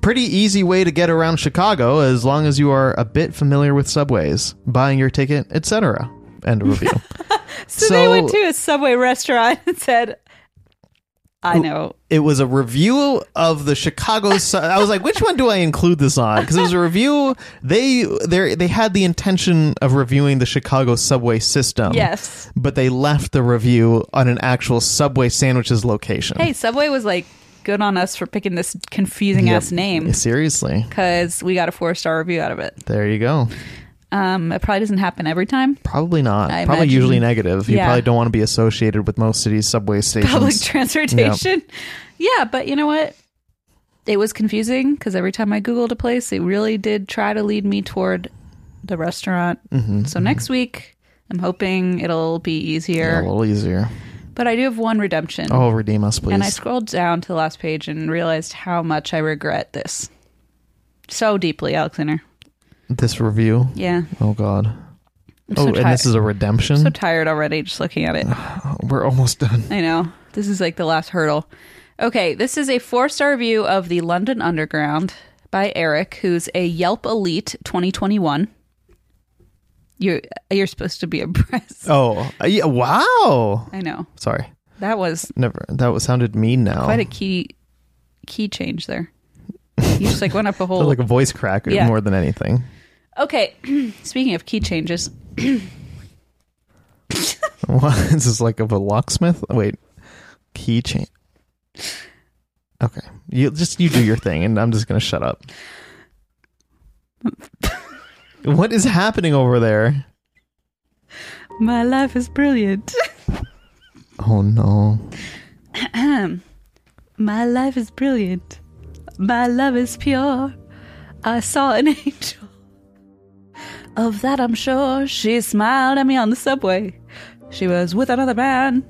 S2: Pretty easy way to get around Chicago as long as you are a bit familiar with subways, buying your ticket, etc. End of review.
S1: So, they went to a Subway restaurant and said, "I know."
S2: it was a review of the Chicago. Su- I was like, which one do I include this on? Because it was a review. They they they had the intention of reviewing the Chicago subway system.
S1: Yes.
S2: but they left the review on an actual subway sandwiches location.
S1: Hey, Subway was like, "Good on us for picking this confusing ass name."
S2: Seriously,
S1: Because we got a four star review out of it.
S2: there you go.
S1: Um, it probably doesn't happen every time.
S2: Probably not.
S1: I
S2: probably
S1: imagine-
S2: usually negative. You
S1: Yeah.
S2: probably don't want to be associated with most cities' subway stations.
S1: public transportation. Yeah, but you know what? It was confusing because every time I Googled a place, it really did try to lead me toward the restaurant.
S2: Mm-hmm.
S1: So next week, I'm hoping it'll be
S2: Yeah,
S1: easier.
S2: a little easier.
S1: but I do have one redemption.
S2: Oh, redeem us, please.
S1: and I scrolled down to the last page and realized how much I regret this so deeply, Alexander.
S2: this review.
S1: Yeah.
S2: Oh God.
S1: so
S2: oh, and
S1: tired.
S2: this is a redemption.
S1: I'm so tired already just looking at it.
S2: We're almost done.
S1: I know. This is like the last hurdle. Okay, this is a four star review of the London Underground by Eric, who's a Yelp Elite 2021. You're you're supposed to be impressed.
S2: Oh, uh, yeah, wow.
S1: I know.
S2: Sorry,
S1: That was
S2: never. That was, sounded mean. Now,
S1: quite a key key change there. You just like went up a whole
S2: Felt like a voice crack
S1: Yeah.
S2: more than anything.
S1: Okay. Speaking of key changes,
S2: What? this is like of a locksmith. Wait, keychain. Okay, you just you do your thing, and I'm just gonna shut up. what is happening over there?
S1: my life is brilliant.
S2: Oh no!
S1: My life is brilliant. My love is pure. I saw an angel. Of that I'm sure. She smiled at me on the subway. She was with another man.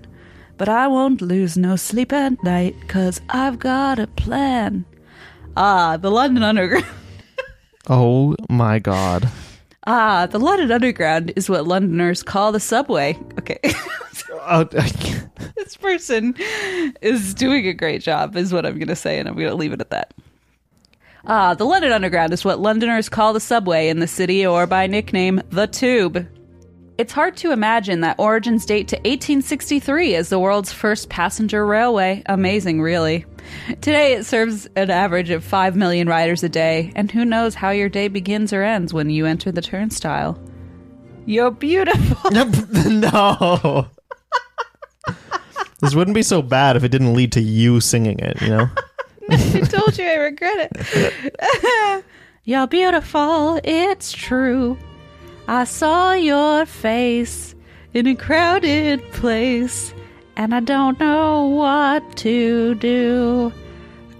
S1: But I won't lose no sleep at night, cause I've got a plan. Ah, the London Underground.
S2: Oh my god.
S1: Ah, the London Underground is what Londoners call the subway. Okay.
S2: Uh,
S1: this person is doing a great job, is what I'm going to say, and I'm going to leave it at that. Ah, the London Underground is what Londoners call the subway in the city, or by nickname, the Tube. It's hard to imagine that origins date to 1863 as the world's first passenger railway. Amazing, really. Today it serves an average of 5 million riders a day, and who knows how your day begins or ends when you enter the turnstile. You're beautiful.
S2: no. this wouldn't be so bad if it didn't lead to you singing it, you know?
S1: I told you I regret it. You're beautiful, it's true. I saw your face in a crowded place, and I don't know what to do.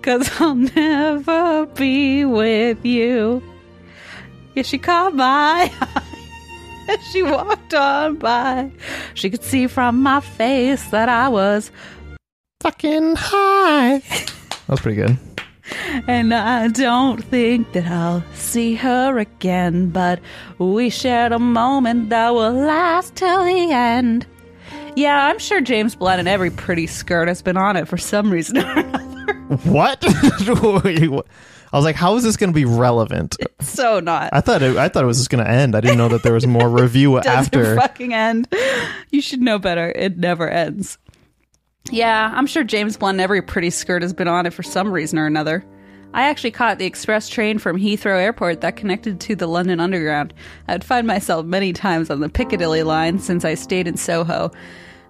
S1: Cause I'll never be with you. Yeah, she caught my eye as she walked on by. She could see from my face that I was
S2: Fucking hi. That was pretty good.
S1: And I don't think that I'll see her again, but we shared a moment that will last till the end. Yeah, I'm sure James Blunt and every pretty skirt has been on it for some reason or another.
S2: What? I was like, how is this going to be relevant?
S1: so not.
S2: I thought it, I thought it was just going to end. I didn't know that there was more review
S1: doesn't
S2: after.
S1: fucking end. You should know better. It never ends. Yeah, I'm sure James Blunt and every pretty skirt has been on it for some reason or another. I actually caught the express train from Heathrow Airport that connected to the London Underground. I'd find myself many times on the Piccadilly line since I stayed in Soho.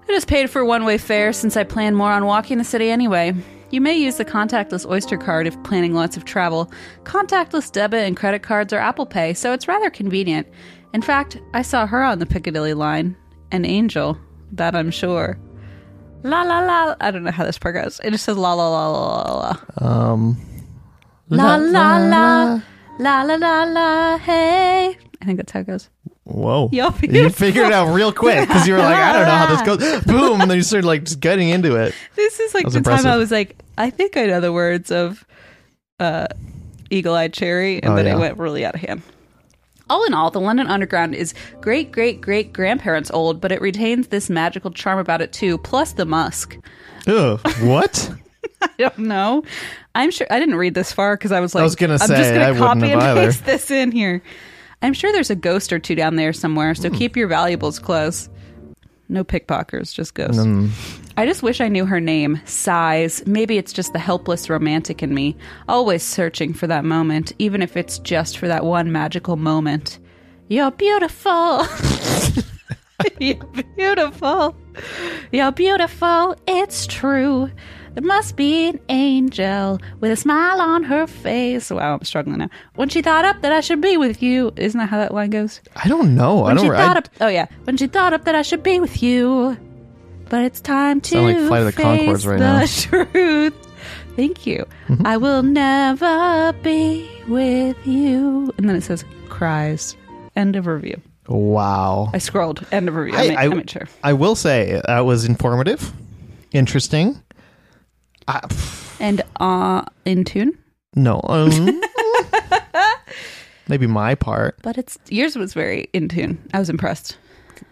S1: I just paid for one way fare since I plan more on walking the city anyway. You may use the contactless Oyster card if planning lots of travel. Contactless debit and credit cards are Apple Pay, so it's rather convenient. In fact, I saw her on the Piccadilly line. An angel, that I'm sure. La la la. I don't know how this part goes. It just says la la la la la la. La Um, la la la la la la hey. I think that's how it goes.
S2: Whoa.
S1: You're
S2: You
S1: beautiful.
S2: figured it out real quick because you were like, I don't know how this goes. Boom. And then you started like just getting into it.
S1: This is like
S2: was
S1: the time I
S2: impressive.
S1: was like, I think I know the words of uh, Eagle Eyed Cherry, and
S2: Oh,
S1: then
S2: yeah.
S1: it went really out of hand. All in all, the London Underground is great great great grandparents old, but it retains this magical charm about it too, plus the musk.
S2: Ugh, what?
S1: I don't know. I'm sure I didn't read this far because I was like,
S2: was gonna
S1: I'm
S2: say,
S1: just gonna
S2: I wouldn't
S1: copy
S2: have
S1: and
S2: either.
S1: paste this in here. I'm sure there's a ghost or two down there somewhere,
S2: Hmm.
S1: so keep your valuables close. No pickpockers, just ghosts.
S2: Mm.
S1: I just wish I knew her name, sighs. Maybe it's just the helpless romantic in me, always searching for that moment, even if it's just for that one magical moment. You're beautiful. You're beautiful. You're beautiful. It's true. There must be an angel with a smile on her face. Wow, I'm struggling now. When she thought up that I should be with you, isn't that how that line goes?
S2: I don't know. I
S1: When
S2: don't
S1: she
S2: I-
S1: thought up, oh yeah, when she thought up that I should be with you, but it's time to
S2: Sound like Flight of the
S1: face
S2: Conchords right
S1: the
S2: now. Mm-hmm.
S1: truth. Thank you. I will never be with you. And then it says cries. End of review.
S2: Wow.
S1: I scrolled. End of review. I, made, I, made sure.
S2: I will say that was informative, interesting. I, pff,
S1: And uh, in tune.
S2: no, um, maybe my part.
S1: But it's yours was very in tune. I was impressed.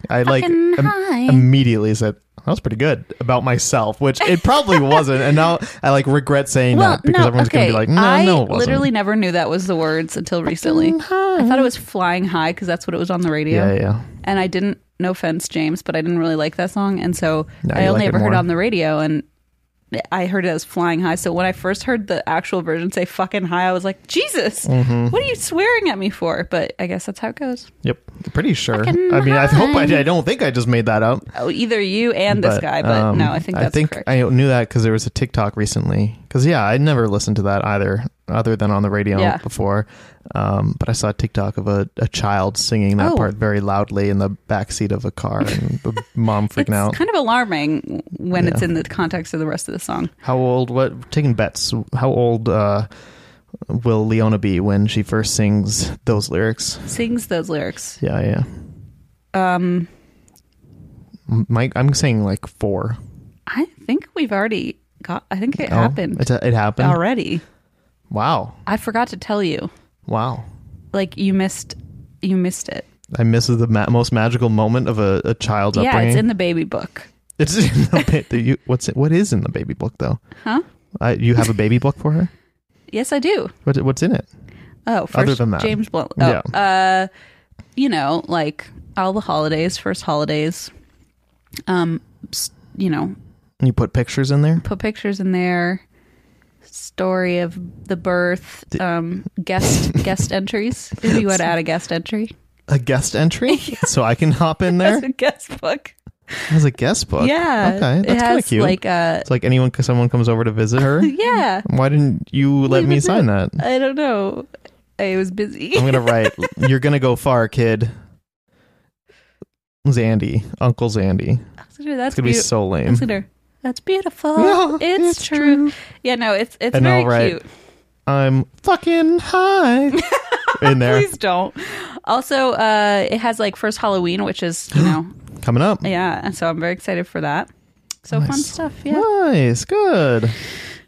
S2: I like
S1: Fucking
S2: im-
S1: hi.
S2: immediately said that was pretty good about myself, which it probably wasn't, and now I like regret saying that because everyone's gonna be like, no,
S1: I
S2: no, it wasn't.
S1: literally never knew that was the words until recently. I thought it was flying high because that's what it was on the radio.
S2: yeah, yeah.
S1: and I didn't. No offense, James, but I didn't really like that song, and so
S2: Now
S1: I
S2: you
S1: only
S2: like it
S1: ever heard
S2: more.
S1: it on the radio, and I heard it as "Flying High." So when I first heard the actual version say "fucking high," I was like, "Jesus,
S2: Mm-hmm.
S1: what are you swearing at me for?" But I guess that's how it goes.
S2: Yep, pretty sure.
S1: Fucking
S2: I mean, I hope I,
S1: hi.
S2: I don't think I just made that up.
S1: Oh, either you and this guy, but
S2: um,
S1: no, I think that's
S2: I think
S1: correct.
S2: I knew that because there was a TikTok recently. Because yeah, I never listened to that either, other than on the radio
S1: Yeah.
S2: before. Um, but I saw a TikTok of a, a child singing that
S1: Oh.
S2: part very loudly in the backseat of a car, and the mom freaking
S1: it's
S2: out.
S1: kind of alarming when it's in the context of the rest of the song.
S2: how old? What? Taking bets. How old uh, will Leona be when she first sings those lyrics?
S1: Sings those lyrics.
S2: Yeah, yeah. Um, Mike, I'm saying like four.
S1: I think we've already got. I think it
S2: Oh,
S1: happened
S2: It, it happened.
S1: already.
S2: Wow.
S1: I forgot to tell you.
S2: Wow.
S1: Like you missed, you missed it.
S2: I miss the ma- most magical moment of a, a child's
S1: yeah,
S2: upbringing.
S1: it's in the baby book.
S2: It's in the ba- the, you, what's it, what is in the baby book though?
S1: Huh?
S2: I, you have a baby book for her.
S1: Yes, I do.
S2: What, what's in it?
S1: Oh, first
S2: Other than that.
S1: James Blunt. Oh, uh, you know, like all the holidays, first holidays. Um, s- you know,
S2: You put pictures in there.
S1: put pictures in there. Story of the birth. Um, guest guest entries. If you want to add a guest entry,
S2: A guest entry, so I can hop in there
S1: That's a guest book.
S2: as a guest book.
S1: Yeah,
S2: Okay,
S1: it
S2: that's kind of
S1: has
S2: cute.
S1: like a
S2: it's like anyone, someone comes over to visit her.
S1: yeah.
S2: Why didn't you let
S1: Leave
S2: me
S1: it
S2: sign
S1: there.
S2: that?
S1: I don't know. I was busy.
S2: I'm gonna write. You're gonna go far, kid. Zandy, Uncle Zandy.
S1: That's
S2: It's gonna be
S1: beautiful.
S2: so lame.
S1: Listener, That's beautiful.
S2: No,
S1: "Oh, it's,
S2: it's
S1: true. Yeah, no, it's it's
S2: And
S1: very
S2: I'll write-
S1: cute.
S2: I'm fucking high in there
S1: Please don't. Also, uh, it has like first Halloween, which is you know,
S2: coming up.
S1: yeah. And so I'm very excited for that. So fun stuff. Yeah.
S2: Nice, good.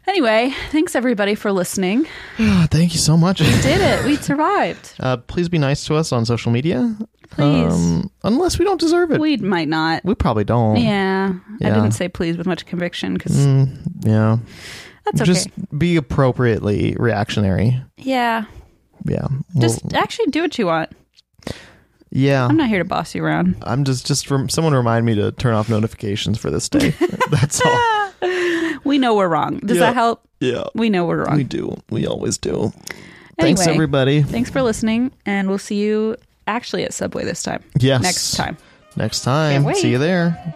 S1: Anyway, thanks everybody for listening.
S2: Ah, thank you so much.
S1: Did it? We survived.
S2: Uh, please be nice to us on social media.
S1: Please.
S2: unless we don't deserve it. Um, We,
S1: we might not.
S2: probably don't.
S1: Yeah, I
S2: Yeah.
S1: didn't say please with much conviction because
S2: Yeah.
S1: that's okay.
S2: Just be appropriately reactionary.
S1: yeah,
S2: Yeah.
S1: just
S2: Well,
S1: actually do what you want.
S2: yeah.
S1: I'm not here to boss you around.
S2: I'm just just rem- someone remind me to turn off notifications for this day. That's all.
S1: We know we're wrong. Does
S2: Yeah.
S1: that help?
S2: Yeah.
S1: We know we're wrong.
S2: We do. We always do. Thanks
S1: Anyway.
S2: everybody.
S1: Thanks for listening, and we'll see you actually at Subway this time.
S2: Yes.
S1: Next time.
S2: Next time.
S1: wait.
S2: See you there.